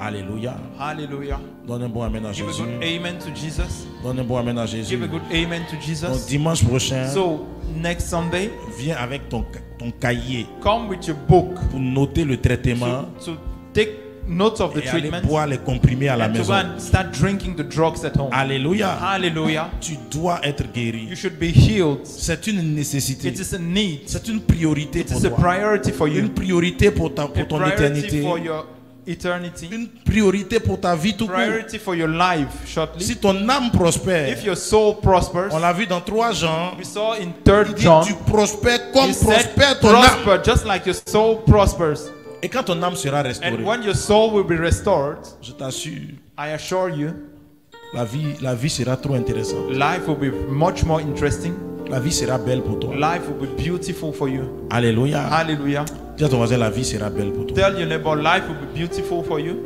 B: Alléluia.
C: Hallelujah.
B: Donne un bon amen à
C: Oh. Give a
B: Jésus.
C: good amen to Jesus.
B: Donne un bon amen à
C: Give
B: Jésus.
C: a good amen to
B: Donc
C: Jesus.
B: dimanche prochain,
C: So next Sunday,
B: viens avec ton, ca- ton cahier
C: come with your book
B: pour noter le traitement
C: to, to take notes of the
B: et aller
C: treatment
B: boire les comprimés à la
C: and to go
B: maison.
C: and start drinking the drugs at home.
B: Alléluia.
C: Hallelujah.
B: Tu dois être
C: You
B: guéri.
C: should be healed.
B: C'est une nécessité.
C: It is a need.
B: C'est une priorité
C: It
B: pour
C: is a
B: toi.
C: priority for
B: Une
C: you.
B: priorité pour, ta,
C: A
B: pour ton
C: priority
B: éternité.
C: for your eternity.
B: Une priorité pour ta vie tout court.
C: Priority for your life shortly.
B: Si ton âme prospère,
C: If your soul prospers,
B: on l'a vu dans 3 Jean,
C: we saw in
B: il
C: 3rd
B: dit,
C: John,
B: tu prospères
C: he
B: comme
C: said,
B: prospère ton âme.
C: prosper just like your soul prospers.
B: Et quand ton âme sera
C: And
B: restaurée,
C: when your soul will be restored,
B: je t'assure,
C: I assure you,
B: la vie, la vie sera trop intéressante.
C: life will be much more interesting.
B: La vie sera belle pour toi.
C: Life will be beautiful for you.
B: Alléluia.
C: Hallelujah.
B: Dis à ton voisin, la vie sera belle pour toi.
C: Tell your neighbor, life will be beautiful for you.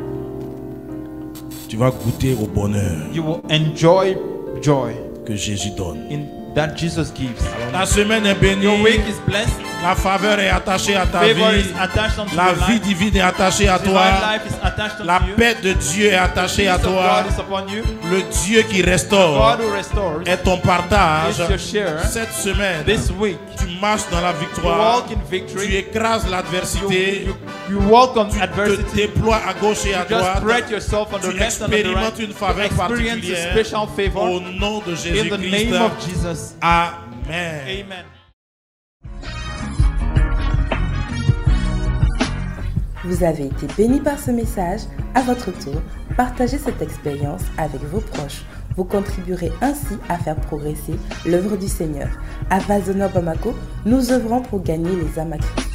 B: Tu vas goûter au bonheur
C: You will enjoy joy
B: que Jésus donne.
C: in that Jesus gives.
B: Ta semaine est
C: Your
B: bénie.
C: week is blessed.
B: La faveur est attachée à ta
C: Favor is
B: vie.
C: attached unto
B: La
C: your life.
B: vie divine est attachée à
C: Divine
B: toi.
C: life is attached unto
B: La
C: you.
B: paix de Dieu est attachée à
C: Peace of
B: toi.
C: God is upon you.
B: Le Dieu qui
C: God
B: restaure
C: who restores
B: est ton partage.
C: is your share. hein.
B: Cette semaine,
C: This week,
B: tu marches dans la
C: you
B: victoire.
C: walk in
B: Tu
C: victory.
B: écrases
C: You,
B: l'adversité.
C: you, you walk on
B: Tu te
C: adversity.
B: déploies à gauche et à
C: Just
B: droite.
C: spread yourself on the
B: Tu
C: left and on the right.
B: expérimentes une faveur
C: Experience a
B: particulière.
C: special
B: Au
C: favor
B: nom de
C: in the name
B: Jésus-Christ.
C: of Jesus.
B: Amen.
C: Amen.
A: Vous avez été béni par ce message. À votre tour, partagez cette expérience avec vos proches. Vous contribuerez ainsi à faire progresser l'œuvre du Seigneur. À Vazona Bamako, nous œuvrons pour gagner les âmes à Christ.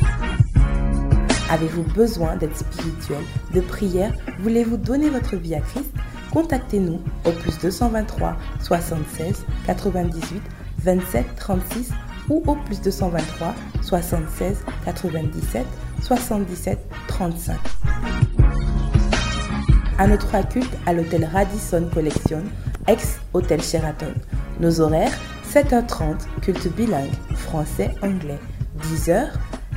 A: Avez-vous besoin d'être spirituel, de prière Voulez-vous donner votre vie à Christ Contactez-nous au plus 223 76 98 27 36 ou au plus 223 76 97 77 35. À notre culte à l'hôtel Radisson Collection, ex-hôtel Sheraton. Nos horaires 7h30, culte bilingue, français-anglais. 10h,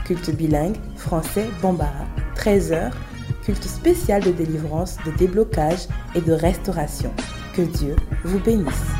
A: culte bilingue, français-bambara. 13h, culte spécial de délivrance, de déblocage et de restauration. Que Dieu vous bénisse.